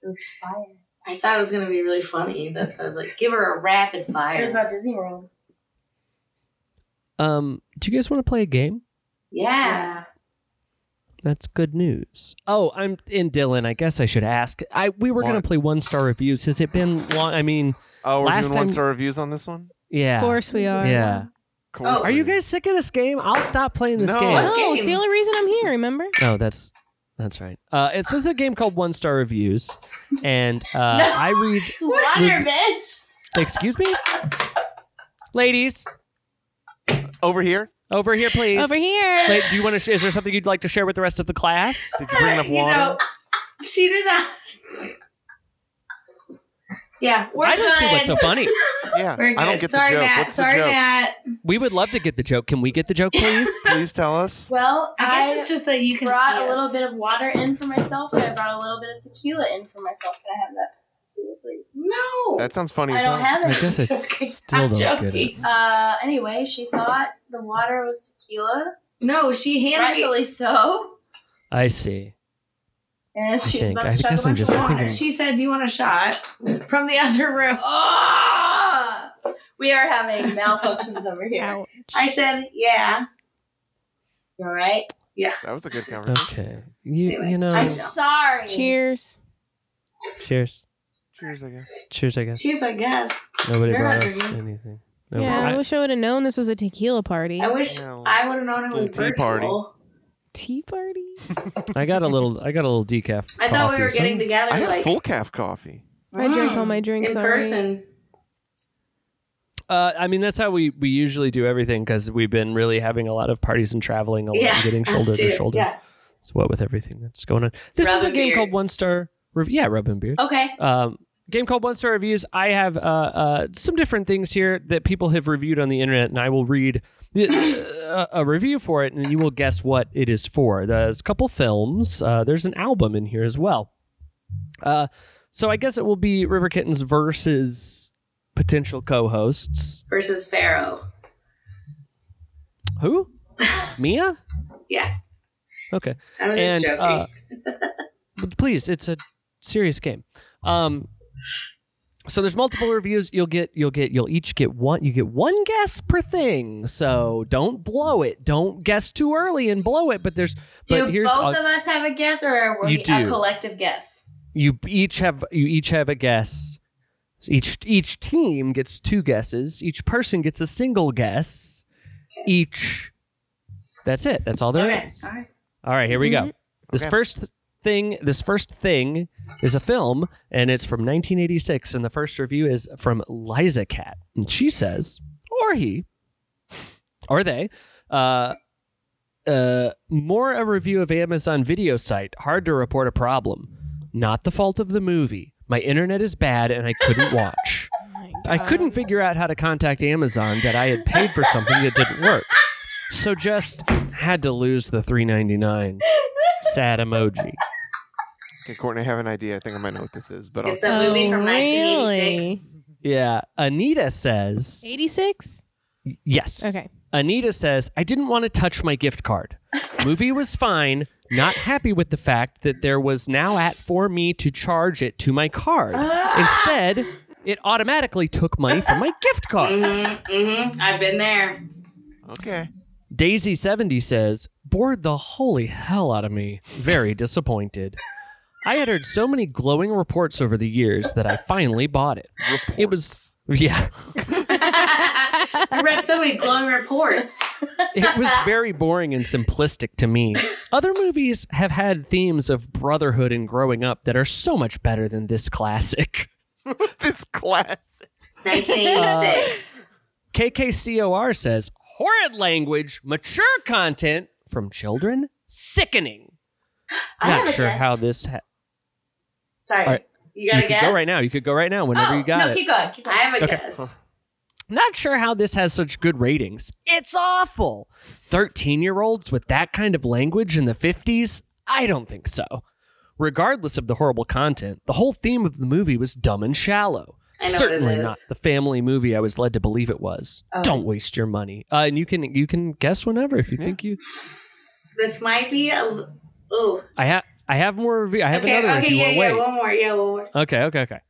E: It was fire.
B: I thought it was gonna be really funny. That's why I was like, give her a rapid
E: It
B: fire.
E: was about Disney World.
A: Um, do you guys want to play a game?
B: Yeah.
A: That's good news. Oh, I'm in Dylan. I guess I should ask. I we were going
C: What?
A: to play one star reviews. Has it been long? I mean,
C: Oh, we're
A: Last
C: doing
A: time-
C: one star reviews on this one.
A: yeah,
D: Of course we are.
A: yeah.
C: Cool.
B: Oh.
A: Are you guys sick of this game? I'll stop playing this
C: No.
A: game.
D: No, Oh, it's the only reason I'm here. Remember?
A: No, that's that's right. Uh, it's just a game called One Star Reviews, and uh, (laughs) I read.
E: It's
A: Mm-hmm.
E: water, bitch.
A: Excuse me, ladies,
C: over here?
A: over here, please.
D: Over here.
A: Wait, do you want to? Sh- is there something you'd like to share with the rest of the class?
C: Did you bring enough
B: (laughs) You
C: water?
B: know- she did not. yeah, we're
A: I don't
B: good.
A: see what's so funny.
C: yeah,
B: We're good.
C: I don't get
B: Sorry,
C: the joke.
B: Matt.
C: What's
B: Sorry,
C: the joke?
B: Matt.
A: We would love to get the joke. Can we get the joke,
B: (laughs)
A: please?
C: Please tell us.
E: Well,
B: I guess
E: I
B: it's just that you can
E: brought
B: see
E: a little
B: us.
E: bit of water in for myself, and I brought a little bit of tequila in for myself. Can I have that tequila, please?
B: No,
C: That sounds funny.
E: I
C: as
E: don't
C: hell.
A: I
E: have any.
A: guess I
B: joking.
A: still
B: I'm
A: don't get
B: joking.
A: it.
E: Uh, anyway, she thought the water was tequila,
B: no. She handed me.
E: rightfully so,
A: I see.
E: and she was
A: think-
E: about
A: I
E: to chug a
A: guess I'm
E: bunch
A: just-
E: of
A: I think
E: water.
A: I'm-
B: She said, "Do you want a shot from the other room?"
E: Ah! We are having malfunctions over here.
D: Ouch.
B: I said, "Yeah."
E: You all right?
C: That was a good conversation.
A: Okay. You
B: Anyway,
A: you know.
E: I'm sorry.
D: Cheers.
A: cheers.
C: Cheers, I guess.
A: Cheers. I guess
B: Cheers, I guess.
A: nobody
B: They're not
A: brought us
B: drinking.
A: anything. No,
D: Yeah, I,
A: I-
D: wish I would have known this was a tequila party.
B: I wish
C: Well,
B: I would have known it was
C: little tea
B: virtual.
C: party.
D: Tea
B: (laughs)
D: party?
A: I got a little. I got a little decaf.
B: I thought we
A: coffee,
B: were
A: so-
B: getting together
C: I had
B: like
C: full calf coffee.
D: I drank all
B: mm,
D: my drinks
B: in
D: already.
B: person.
A: Uh, I mean, that's how we we usually do everything because we've been really having a lot of parties and traveling a lot,
B: Yeah,
A: and getting
B: us
A: shoulder to
B: too,
A: shoulder.
B: Yeah.
A: It's what with everything that's going on. This is a
B: Rubbing
A: game called
B: beards. Oh.
A: One Star. Rev- yeah, rubbing beard.
E: Okay.
A: Um, game called One Star Reviews. I have uh, uh, some different things here that people have reviewed on the internet, and I will read the, uh, a review for it, and you will guess what it is for. There's a couple films. Uh, there's an album in here as well. Uh, so I guess it will be River Kittens versus potential co-hosts.
B: Versus Pharaoh. (laughs)
A: Who? Mia?
B: Yeah.
A: Okay.
B: I was
A: And,
B: just joking.
A: uh,
E: (laughs)
A: But please, it's a serious game. Um, so there's multiple reviews. You'll get, you'll get, you'll each get one. You get one guess per thing. So don't blow it. Don't guess too early and blow it. But there's,
E: Do
A: but here's,
E: both
A: a,
E: of us have a guess, or are we
A: You
E: a
A: do.
E: collective guess?
A: you each have, you each have a guess. So Each each team gets two guesses. Each person gets a single guess. Each. That's it. That's all there is.
E: okay. All right.
A: All right, here we go.
D: Mhm.
A: This
C: Okay.
A: first thing, this first thing is a film, and it's from 1986, and the first review is from Liza Cat, and she says, or he, or they, uh, uh, more a review of Amazon video site. Hard to report a problem. Not the fault of the movie. My internet is bad, and I couldn't watch.
D: Oh Uh,
A: I couldn't figure out how to contact Amazon that I had paid for something that didn't work. So just had to lose the 3.99. Sad emoji.
C: Okay, Courtney, I have an idea. I think I might know what this is, but I'll,
B: it's a movie from
D: Oh,
B: 1986.
D: really?
A: Yeah, Anita says
D: 86?
A: yes.
D: Okay.
A: Anita says, I didn't want to touch my gift card. Movie was fine, not happy with the fact that there was now at for me to charge it to my card. Instead, it automatically took money from my gift card.
B: Mm-hmm, mm-hmm. I've been there.
C: okay.
A: Daisy70 says, bored the holy hell out of me.
E: (laughs)
A: Very disappointed. I had heard so many glowing reports over the years that I finally bought it. It was, yeah,
B: I read so many
A: (laughs)
B: glowing reports.
A: it
E: (laughs)
A: was very boring and simplistic to me. Other movies have had themes of brotherhood and growing up that are so much better than this classic. (laughs)
C: (laughs) this classic.
B: 1986.
A: KKCOR says horrid language, mature content from children, sickening.
E: I have
A: Not
E: a
A: sure
E: guess.
A: how this. Ha-
E: Sorry.
A: All right.
B: you got
A: you
B: a
A: could
B: guess?
A: go right now. You could go right now. Whenever
E: oh,
A: you got
E: no,
A: it.
E: keep going. Keep
B: I
E: going.
B: have a
A: Okay.
B: guess.
A: Not sure how this has such good ratings. It's awful. 13 year olds with that kind of language in the 50s? I don't think so. Regardless of the horrible content, the whole theme of the movie was dumb and shallow.
B: I know what it
A: Certainly
B: is.
A: not the family movie I was led to believe it was.
E: Oh.
A: Don't waste your money. Uh, and you can you can guess whenever if you
C: Yeah.
A: think you.
B: This might be a. l- Ooh.
A: I have I have more review. I have
B: okay,
A: another
B: okay,
A: if you
B: yeah,
A: want to
B: yeah,
A: wait.
B: one more. Yeah, one more.
A: Okay, okay, okay.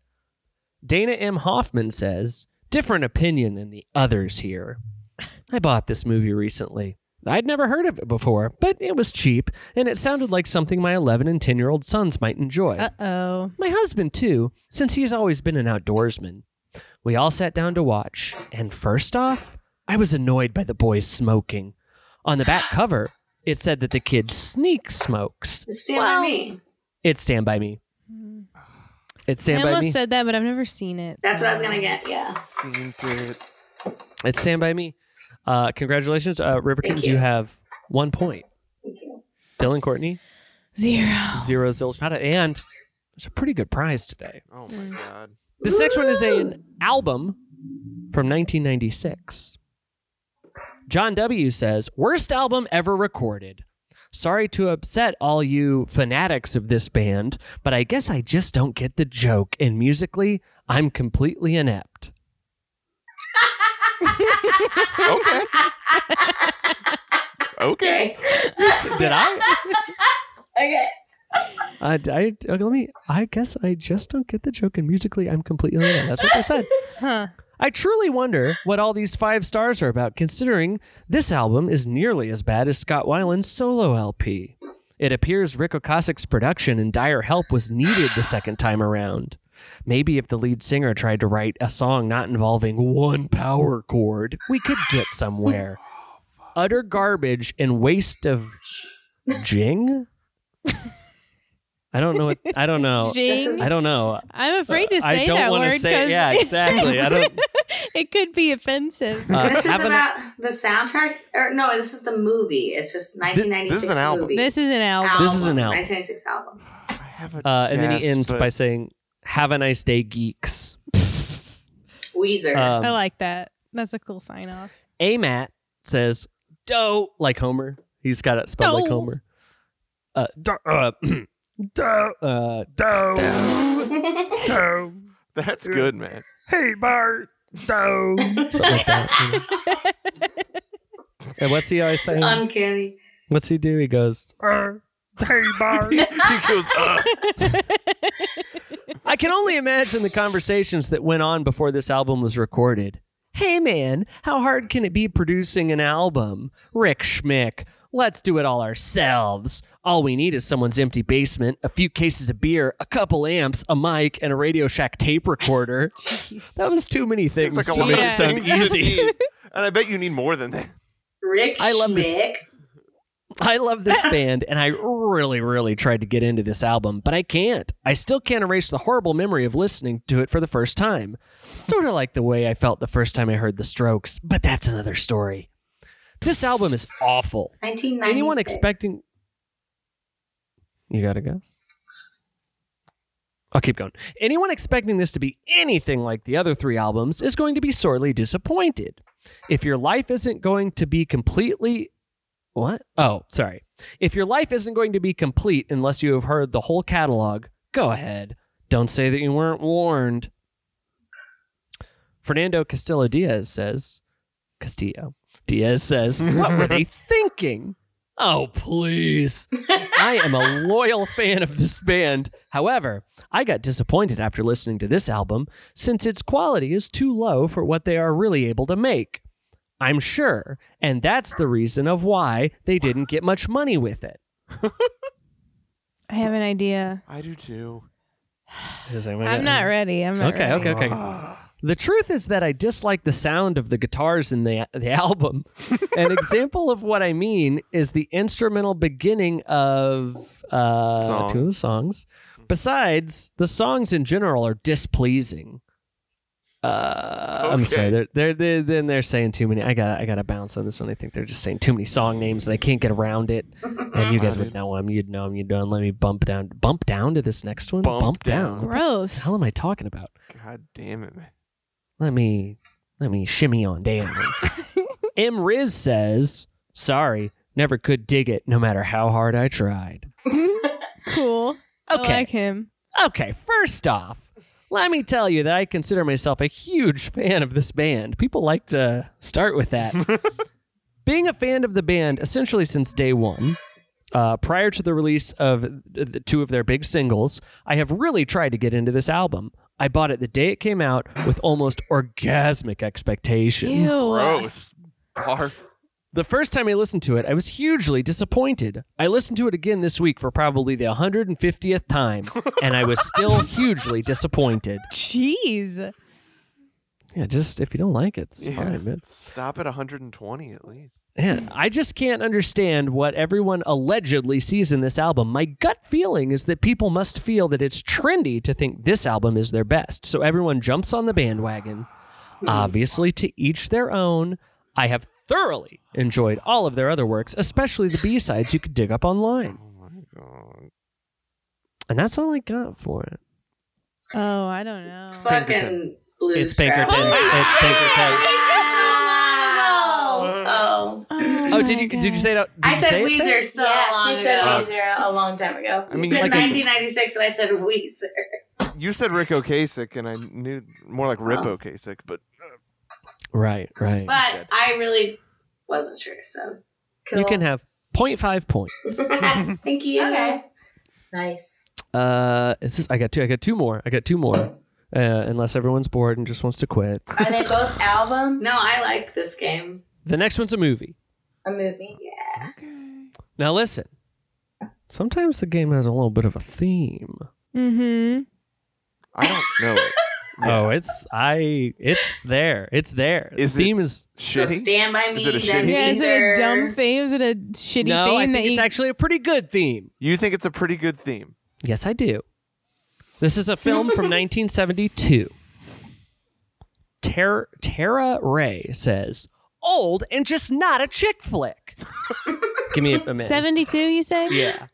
A: Dana M. Hoffman says, different opinion than the others here. I bought this movie recently. I'd never heard of it before, but it was cheap and it sounded like something my 11 and 10 year old sons might enjoy.
D: Uh oh.
A: My husband, too, since he's always been an outdoorsman. We all sat down to watch, and first off, I was annoyed by the boys smoking. On the back cover, it said that the kid sneak smokes.
B: Stand
A: Well,
B: by me.
A: It's Stand By Me. It's
D: I
A: Stand By
D: almost
A: Me.
D: said that, but I've never seen it.
B: That's
D: so-
B: what I was gonna get.
A: uh,
B: Yeah.
C: Seen it.
A: it's Stand By Me. Uh, congratulations, uh, Riverkins.
B: Thank
A: You.
B: you.
A: have one point.
B: Thank you.
A: Dylan Courtney,
D: Zero.
A: zero Zilchata, and it's a pretty good prize today.
C: Oh my god.
A: This next one is an album from 1996. John W. says, Worst album ever recorded. Sorry to upset all you fanatics of this band, but I guess I just don't get the joke, and musically, I'm completely inept.
C: Okay. okay.
B: Okay.
A: Did I?
E: Okay.
A: I, I okay, let me. I guess I just don't get the joke, and musically, I'm completely inept. That's what they said.
D: Huh.
A: I truly wonder what all these five stars are about, considering this album is nearly as bad as Scott Weiland's solo LP. It appears Rick Ocasek's production and dire help was needed the second time around. Maybe if the lead singer tried to write a song not involving one power chord, we could get somewhere. Utter garbage and waste of jing. I don't know. What, I don't know.
D: (laughs) Jing.
B: is-
A: I don't know.
D: I'm afraid to
A: Uh, Oh. I
D: say
A: don't
D: that
A: wanna
D: word.
A: say-
D: 'cause
A: yeah, exactly. I don't-
D: (laughs) it could be offensive.
A: Uh,
B: this is
A: have an-
B: about the soundtrack, or no? This is the movie. It's just 1996
C: This- this is an album.
B: movie.
D: this is an album.
A: This is an album.
B: 1996 album.
C: I have a
A: Uh, and then
C: guess,
A: he ends
C: but
A: by saying, "Have a nice day, geeks."
B: Weezer.
A: Um,
D: I like that. That's a cool
B: (laughs)
D: sign off.
A: Amat says, "Doe like Homer." He's got it spelled like
D: Doe.
A: Homer. Uh, do, uh, (clears throat) do, uh, do.
C: That's good, man.
A: Hey Bart, do. Something like that. you know. and what's he always
B: It's
A: saying?
B: uncanny.
A: what's he do? He goes, "Er, "Hey Bart."
C: he goes,
A: (laughs)
C: uh,
A: I can only imagine the conversations that went on before this album was recorded. Hey man, how hard can it be producing an album? Rick Schmick, let's do it all ourselves. All we need is someone's empty basement, a few cases of beer, a couple amps, a mic, and a Radio Shack tape recorder. That was too many
C: seems
A: things
C: like a
A: to
C: lot
A: make
D: Yeah.
A: it sound
C: of things (laughs) you
A: easy. (laughs)
C: need. And I bet you need more than that.
B: Rick
A: I love this- (laughs)
B: Schmick.
A: I love this band, and I really, really tried to get into this album, but I can't. I still can't erase the horrible memory of listening to it for the first time. Sort of like the way I felt the first time I heard The Strokes, but that's another story. This album is awful.
B: 1996.
A: Anyone expecting. You got to guess? I'll keep going. Anyone expecting this to be anything like the other three albums is going to be sorely disappointed. If your life isn't going to be completely. What? Oh, sorry. If your life isn't going to be complete unless you have heard the whole catalog, go ahead. Don't say that you weren't warned. Fernando Castillo Diaz says, Castillo Diaz says, what were they thinking? Oh, please. I am a loyal fan of this band. However, I got disappointed after listening to this album since its quality is too low for what they are really able to make. I'm sure, and that's the reason of why they didn't get much money with it.
D: I have an idea.
C: I do too.
D: I'm not ready. I'm not
A: Oh Okay,
D: ready.
A: okay, okay. (sighs) The truth is that I dislike the sound of the guitars in the the
C: (laughs)
A: album. An example of what I mean is the instrumental beginning of uh,
C: Song.
A: two of the songs. Besides, the songs in general are displeasing. Uh, I'm
C: Okay.
A: sorry. They're, they're they're then they're saying too many. I got I got to bounce on this one. I think they're just saying too many song names and I can't get around it. And you guys would know them. You'd know them. You'd know 'em. Let me bump down bump down to this next one.
C: Bump down.
A: What the
D: Gross.
A: hell am I talking about?
C: God damn it, man.
A: let me let me shimmy on down. M Riz says, "Sorry, never could dig it, no matter how hard I tried."
D: cool.
A: Okay,
D: I like him.
A: okay. First off, let me tell you that I consider myself a huge fan of this band. People like to start with that. Being a fan of the band essentially since day one. Uh, prior to the release of th- the two of their big singles, I have really tried to get into this album. I bought it the day it came out with almost orgasmic expectations.
D: Ew.
C: Gross. Barf.
A: The first time I listened to it, I was hugely disappointed. I listened to it again this week for probably the 150th time, and I was still hugely disappointed.
D: Jeez.
A: Yeah, just if you don't like it, it's
C: Yeah.
A: fine, man.
C: Stop at 120 at least.
A: Man, I just can't understand what everyone allegedly sees in this album. My gut feeling is that people must feel that it's trendy to think this album is their best. So everyone jumps on the bandwagon. Obviously, to each their own. I have thoroughly enjoyed all of their other works, especially the B sides you could dig up online.
C: Oh my god.
A: And that's all I got for it.
D: Oh, I don't know.
B: Fucking blues.
A: It's Pinkerton.
B: Traveler.
A: It's Pinkerton.
B: Weezer so long ago. Oh.
A: Oh, did you did you say that? Did
B: I
A: you
B: said
A: say it, Sarah?
B: Weezer so
E: yeah,
B: long
E: she said
B: ago.
E: Weezer a long time ago.
C: I mean,
B: you said
C: like a-
B: 1996 and Oh, I said Weezer.
C: You said Rick Ocasek, and I knew more like Rip Ocasek, but
A: Right, right.
B: But I really wasn't sure, so.
A: You can have 0.5 points.
B: Thank you.
E: Okay. Nice.
A: Uh, is this, I got two. I got two more. I got two more. Uh, unless everyone's bored and just wants to quit.
E: Are they both albums?
B: No, I like this game.
A: The next one's a movie.
E: a movie. Yeah.
A: Now listen. Sometimes the game has a little bit of a theme.
D: Mm-hmm.
C: I don't know it.
A: Oh, it's I. It's there. It's there. The
C: Is it-
A: theme is
B: (laughs) So
C: Shitty.
B: stand by me.
C: Is it a
B: then
C: shitty?
D: Yeah, is it
B: Weezer.
D: a dumb theme? Is it a shitty
A: no.
D: theme
A: I
D: that
A: think
D: you
A: it's actually a pretty good theme.
C: you think it's a pretty good theme?
A: Yes, I do. This is a film from 1972. Ter- Tara Ray says, "Old and just not a chick flick." Give me a, a minute.
D: 72, you say?
B: (laughs)
A: Yeah.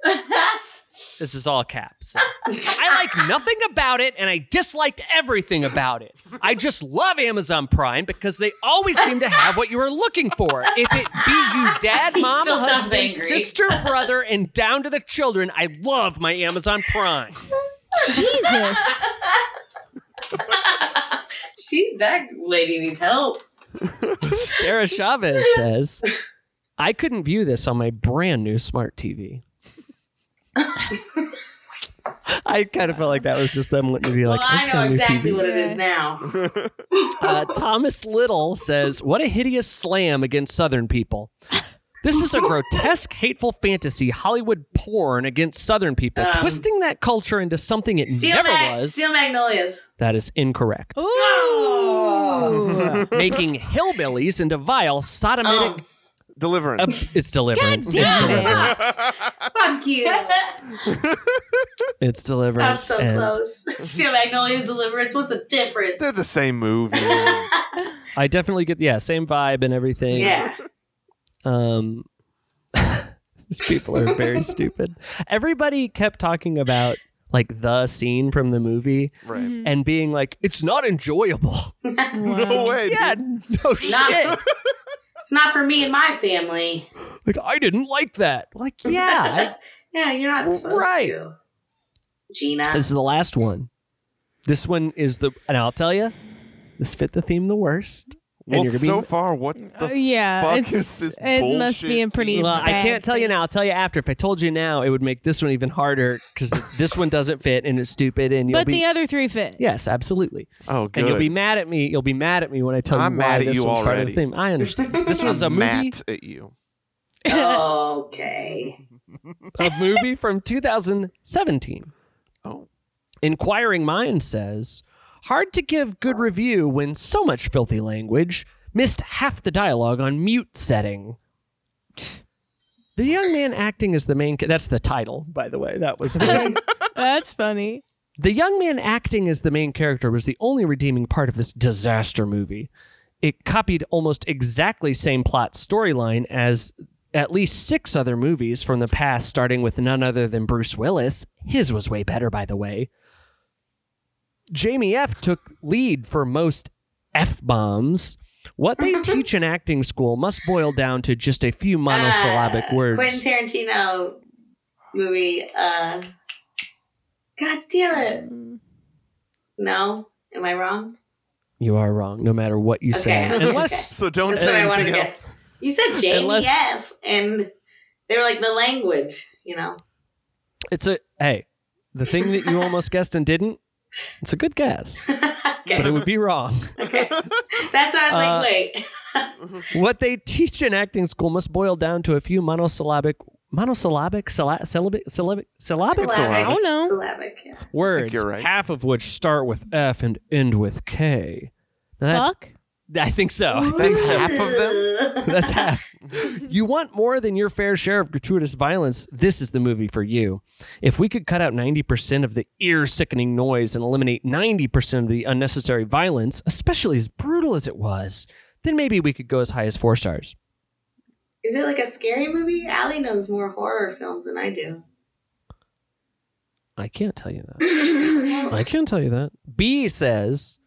A: this is all caps. I like nothing about it and I disliked everything about it. I just love Amazon Prime because they always seem to have what you are looking for. If it be you dad,
B: He
A: mom,
B: still sounds
A: husband,
B: angry.
A: sister, brother, and down to the children, I love my Amazon Prime.
D: Jesus.
B: She that lady needs help.
A: Sarah Chavez says, I couldn't view this on my brand new smart
B: (laughs)
A: TV. I kind of felt like that was just them wanting to be like,
B: well,
A: "I
B: I
A: just got
B: know
A: a new
B: exactly
A: TV."
B: what it is
A: (laughs)
B: now.
A: Uh, Thomas Little says, What a hideous slam against Southern people. This is a grotesque, hateful fantasy, Hollywood porn against Southern people,
B: Um,
A: twisting that culture into something it
B: Steel,
A: never
B: Mag-
A: was.
B: Steel Magnolias.
A: that is incorrect.
D: Ooh.
A: Making hillbillies into vile, sodomitic.
B: Um,
C: Deliverance. (laughs)
A: ab- it's deliverance. it's
D: God damn it.
A: deliverance.
B: fuck you. (laughs)
A: It's deliverance.
E: That's so
A: and
B: (laughs)
E: close.
B: Steel Magnolias Deliverance. What's the difference?
C: They're the same
B: (laughs)
C: movie.
A: I definitely get yeah, same vibe and everything.
B: yeah.
A: Um, (laughs) these people are very stupid. Everybody kept talking about like the scene from the movie
B: Mm-hmm.
C: right.
A: and being like, it's not enjoyable. (laughs)
C: No way. dude.
A: yeah, no shit.
B: Not, it's not for me and my family.
A: (laughs) Like, I didn't like that. Like, yeah.
B: Yeah, you're not supposed
A: Right.
B: to. Gina.
A: I- this is the last one. This one is the, and I'll tell you, this fit the theme the worst. And
C: Well,
A: you're gonna be-
C: so (laughs) far, what
D: Uh,
C: the?
D: yeah,
C: fuck
D: it's,
C: is this
D: it must
C: bullshit
D: be a pretty.
A: Well, I
D: bad
A: can't tell you now. I'll tell you after. If I told you now, it would make this one even harder because this one doesn't fit and it's stupid. And you'll
D: But
A: be
D: the other three fit.
A: Yes, absolutely.
C: Oh,
A: And you'll
C: good.
A: be mad at me. You'll be mad at me when I tell
C: I'm
A: you why
C: mad at
A: this
C: you
A: one's part of the
C: already.
A: theme. I understand.
C: (laughs)
A: This was a
C: I'm
A: movie,
C: Matt at you.
B: (laughs) okay.
A: a movie from 2017.
C: Oh.
A: Inquiring Mind says, "Hard to give good review when so much filthy language missed half the dialogue on mute setting." The young man acting as the main ca- that's the title, by the way. That was the
D: That's funny.
A: The young man acting as the main character was the only redeeming part of this disaster movie. It copied almost exactly same plot storyline as at least six other movies from the past, starting with none other than Bruce Willis. His was way better, by the way. Jamie F. took lead for most F bombs. What
B: (laughs)
A: they teach in acting school must boil down to just a few monosyllabic
B: Uh,
A: words.
B: Quentin Tarantino movie. Uh, God damn it. No? Am I wrong?
A: You are wrong, no matter what you say.
B: Okay. (laughs)
A: Unless
C: So don't
B: That's
C: say
B: what I wanted to
C: anything
B: guess.
C: else.
B: You said Jamie
A: Unless-
B: F. And they were like the language, you know?
A: It's a hey, the thing that you almost guessed and didn't. It's a good guess,
B: okay.
A: but it would be wrong.
B: okay. That's why I was
A: Uh,
B: like, wait.
A: what they teach in acting school must boil down to a few monosyllabic, monosyllabic, sylla- syllabic, syllabic, syllabic
B: Syllabic.
D: Oh, no.
B: Syllabic. yeah.
A: words,
C: you're right.
A: half of which start with F and end with K. Now (laughs) that-
D: Fuck.
A: I think so. I think
C: That's
A: so.
C: half of them.
A: (laughs)
E: (laughs)
A: That's half. You want more than your fair share of gratuitous violence? This is the movie for you. If we could cut out 90% of the ear sickening noise and eliminate 90% of the unnecessary violence, especially as brutal as it was, then maybe we could go as high as four stars.
B: Is it like a scary movie? Allie knows more horror films than I do.
A: I can't tell you that.
B: (laughs)
A: I can't tell you that. B says,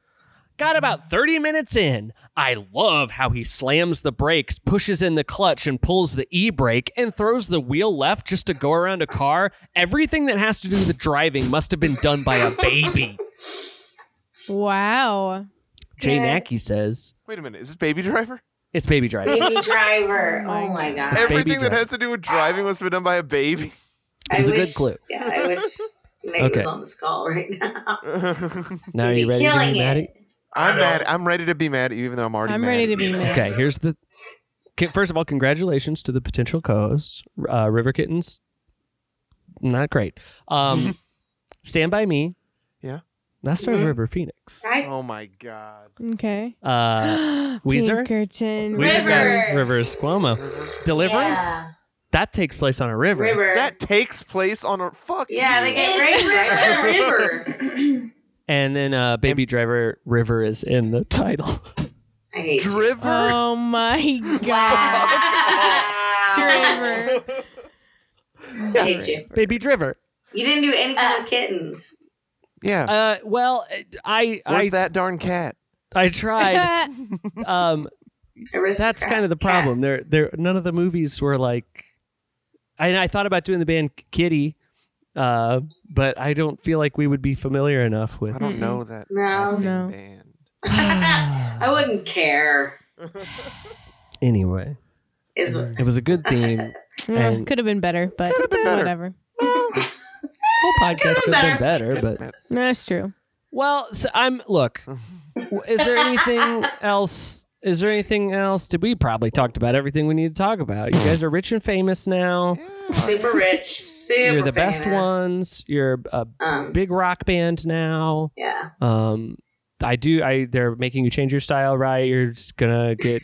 A: Got about 30 minutes in. I love how he slams the brakes, pushes in the clutch, and pulls the e brake, and throws the wheel left just to go around a car. Everything that has to do with driving must have been done by a baby.
D: Wow.
A: Jay
B: Yeah.
A: Nacky says,
C: Wait a minute. Is this Baby
B: (laughs)
C: Driver?
A: It's baby driving.
B: Baby Driver.
D: Oh my
B: Oh my god.
A: It's Baby
C: Everything that
A: Driver.
C: has to do with driving was been done by a
B: (laughs)
C: baby.
B: I
A: was a good
B: wish,
A: clue.
B: Yeah, I wish Nate
A: Okay.
B: was on this call right now.
C: I'm
A: Now are
B: He'd
A: you
B: be
A: ready to
B: killing
A: be mad
B: it.
A: at-
C: mad. I'm ready to be mad at you, even though I'm already.
D: I'm
C: mad
D: ready
C: at
D: to
C: you.
D: be mad.
A: Okay, here's the. Ki- First of all, congratulations to the potential co-hosts, uh, River Kittens. Not great. (laughs) Um, Stand by Me.
C: Yeah.
A: That stars
B: Mhm.
A: River Phoenix.
B: I,
C: Oh my god.
D: Okay.
A: Uh,
D: (gasps)
A: Weezer?
D: Pinkerton.
A: Weezer got
E: Rivers.
A: Rivers Cuomo. Deliverance. That takes place on a river.
B: river.
C: That takes place on a fuck.
B: yeah, they
C: you.
B: get
E: It's
B: raised right by
A: (laughs)
B: the river.
A: And then uh, Baby Driver River is in the title.
B: I hate you.
C: driver.
D: Oh my
A: (laughs)
D: god.
B: I
D: Trevor.
B: hate you.
A: Baby Driver.
B: You didn't do anything with kittens.
C: yeah.
A: Uh, well, I
C: Where's
A: I,
C: that darn cat?
A: I
D: (laughs)
A: tried. um, that's kind of the problem. There, there. None of the movies were like. And I thought about doing the band Kitty, uh, but I don't feel like we would be familiar enough with.
C: I don't
D: Mm-mm.
C: know that.
B: No.
C: effing
D: No.
C: Band.
B: (laughs) I wouldn't care.
A: (sighs) anyway,
B: Is
A: it was a good theme. And-
D: Could have been better, but
C: Could've been better.
D: whatever.
A: Whole podcast could have been
B: better.
A: better, but
D: That's true.
A: Well, so I'm look. w- is there
B: (laughs)
A: anything else? Is there anything else? Did we probably talked about everything we need to talk about? You guys are rich and famous now.
B: super
A: (laughs)
B: rich, super.
A: You're the best
B: famous.
A: ones. You're a
B: Um,
A: big rock band now.
B: yeah,
A: Um, I do. I they're making you change your style, right? You're just gonna get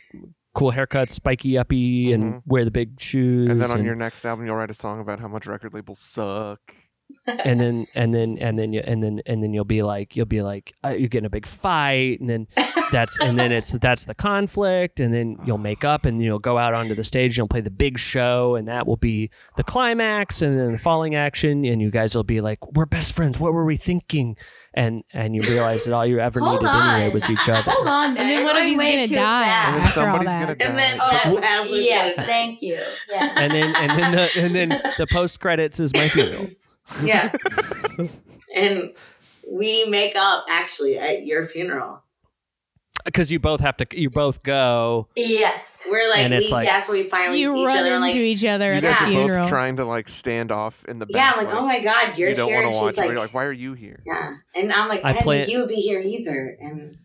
A: cool haircuts, spiky uppy, and
C: Mhm.
A: wear the big shoes.
C: And then on your next album, you'll write a song about how much record labels suck.
A: and then and then and then you and then and then you'll be like you'll be like uh, you get in a big fight and then that's and then it's that's the conflict and then you'll make up and you'll go out onto the stage and you'll play the big show and that will be the climax and then the falling action and you guys will be like we're best friends what were we thinking and and you realize that all you ever
E: Hold
A: needed anyway
E: on.
A: was each other
E: Hold on,
D: And then
E: Matt,
D: one of
E: you're
D: you's
E: way
D: gonna
E: too
D: die.
E: fast.
C: And then
D: After all
C: somebody's
D: that.
C: gonna die.
B: and then oh, Ashley's gonna
E: Yes,
B: die.
E: thank you. Yes.
A: and then and then the and
E: (laughs)
A: then the post credits is my funeral (laughs)
B: yeah. and we make up actually at your funeral.
A: because you both have to you both go
E: yes.
B: We're like,
A: And it's
B: we,
A: like-
B: that's when we finally
D: you
B: see each
D: run
B: other.
D: into
B: and Like,
D: each other
C: You
D: at
C: guys
D: the
C: are both
D: funeral.
C: trying to like stand off in the back.
B: yeah, I'm like, oh my god, you're
C: you don't
B: here.
C: wanna
B: And
C: watch.
B: she's
C: it.
B: like,
C: You're like, why are you here?
B: yeah. And I'm like,
A: I
B: I, didn't
A: play
B: think
A: it-
B: you would be here either. And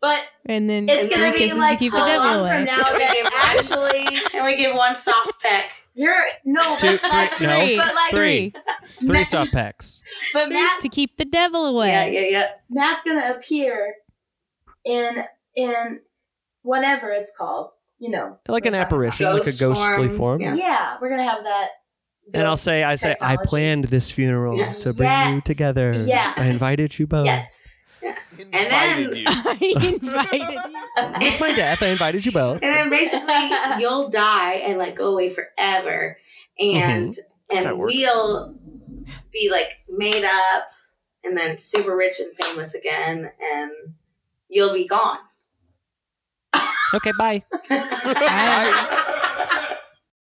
E: But
D: and then
E: it's
D: three
E: gonna be
D: kisses
E: like
D: to keep
E: so
D: the
E: long
D: devil
E: from
A: (laughs)
D: away.
E: now that actually
B: and we give one soft peck.
E: you're no
A: two
E: but like,
A: three no
D: three,
E: but like
A: three three
E: Matt-
A: soft packs
E: but
D: Three's
E: Matt,
D: to keep the devil
B: Yeah,
D: away.
B: yeah, yeah.
E: Matt's gonna appear in in whatever it's called. You know,
A: like an
E: we're talking
A: apparition,
B: Ghost
A: like a ghostly
B: form,
A: form.
E: about.
B: yeah.
E: Yeah, we're gonna have that.
A: And I'll
E: ghost
A: say, I say, I
E: technology.
A: planned this funeral
B: Yeah.
A: to bring
E: Yeah.
A: you together.
E: Yeah.
A: I invited you both.
E: Yes.
B: Invited you.
D: (laughs) I (laughs) invited
C: (laughs)
D: you.
A: With my death, I invited you
E: (laughs)
A: both.
B: And then basically, you'll die and like go away forever, and
C: That
B: and
C: works.
B: we'll be like made up, and then super rich and famous again, and you'll be gone.
A: Okay, bye.
C: I,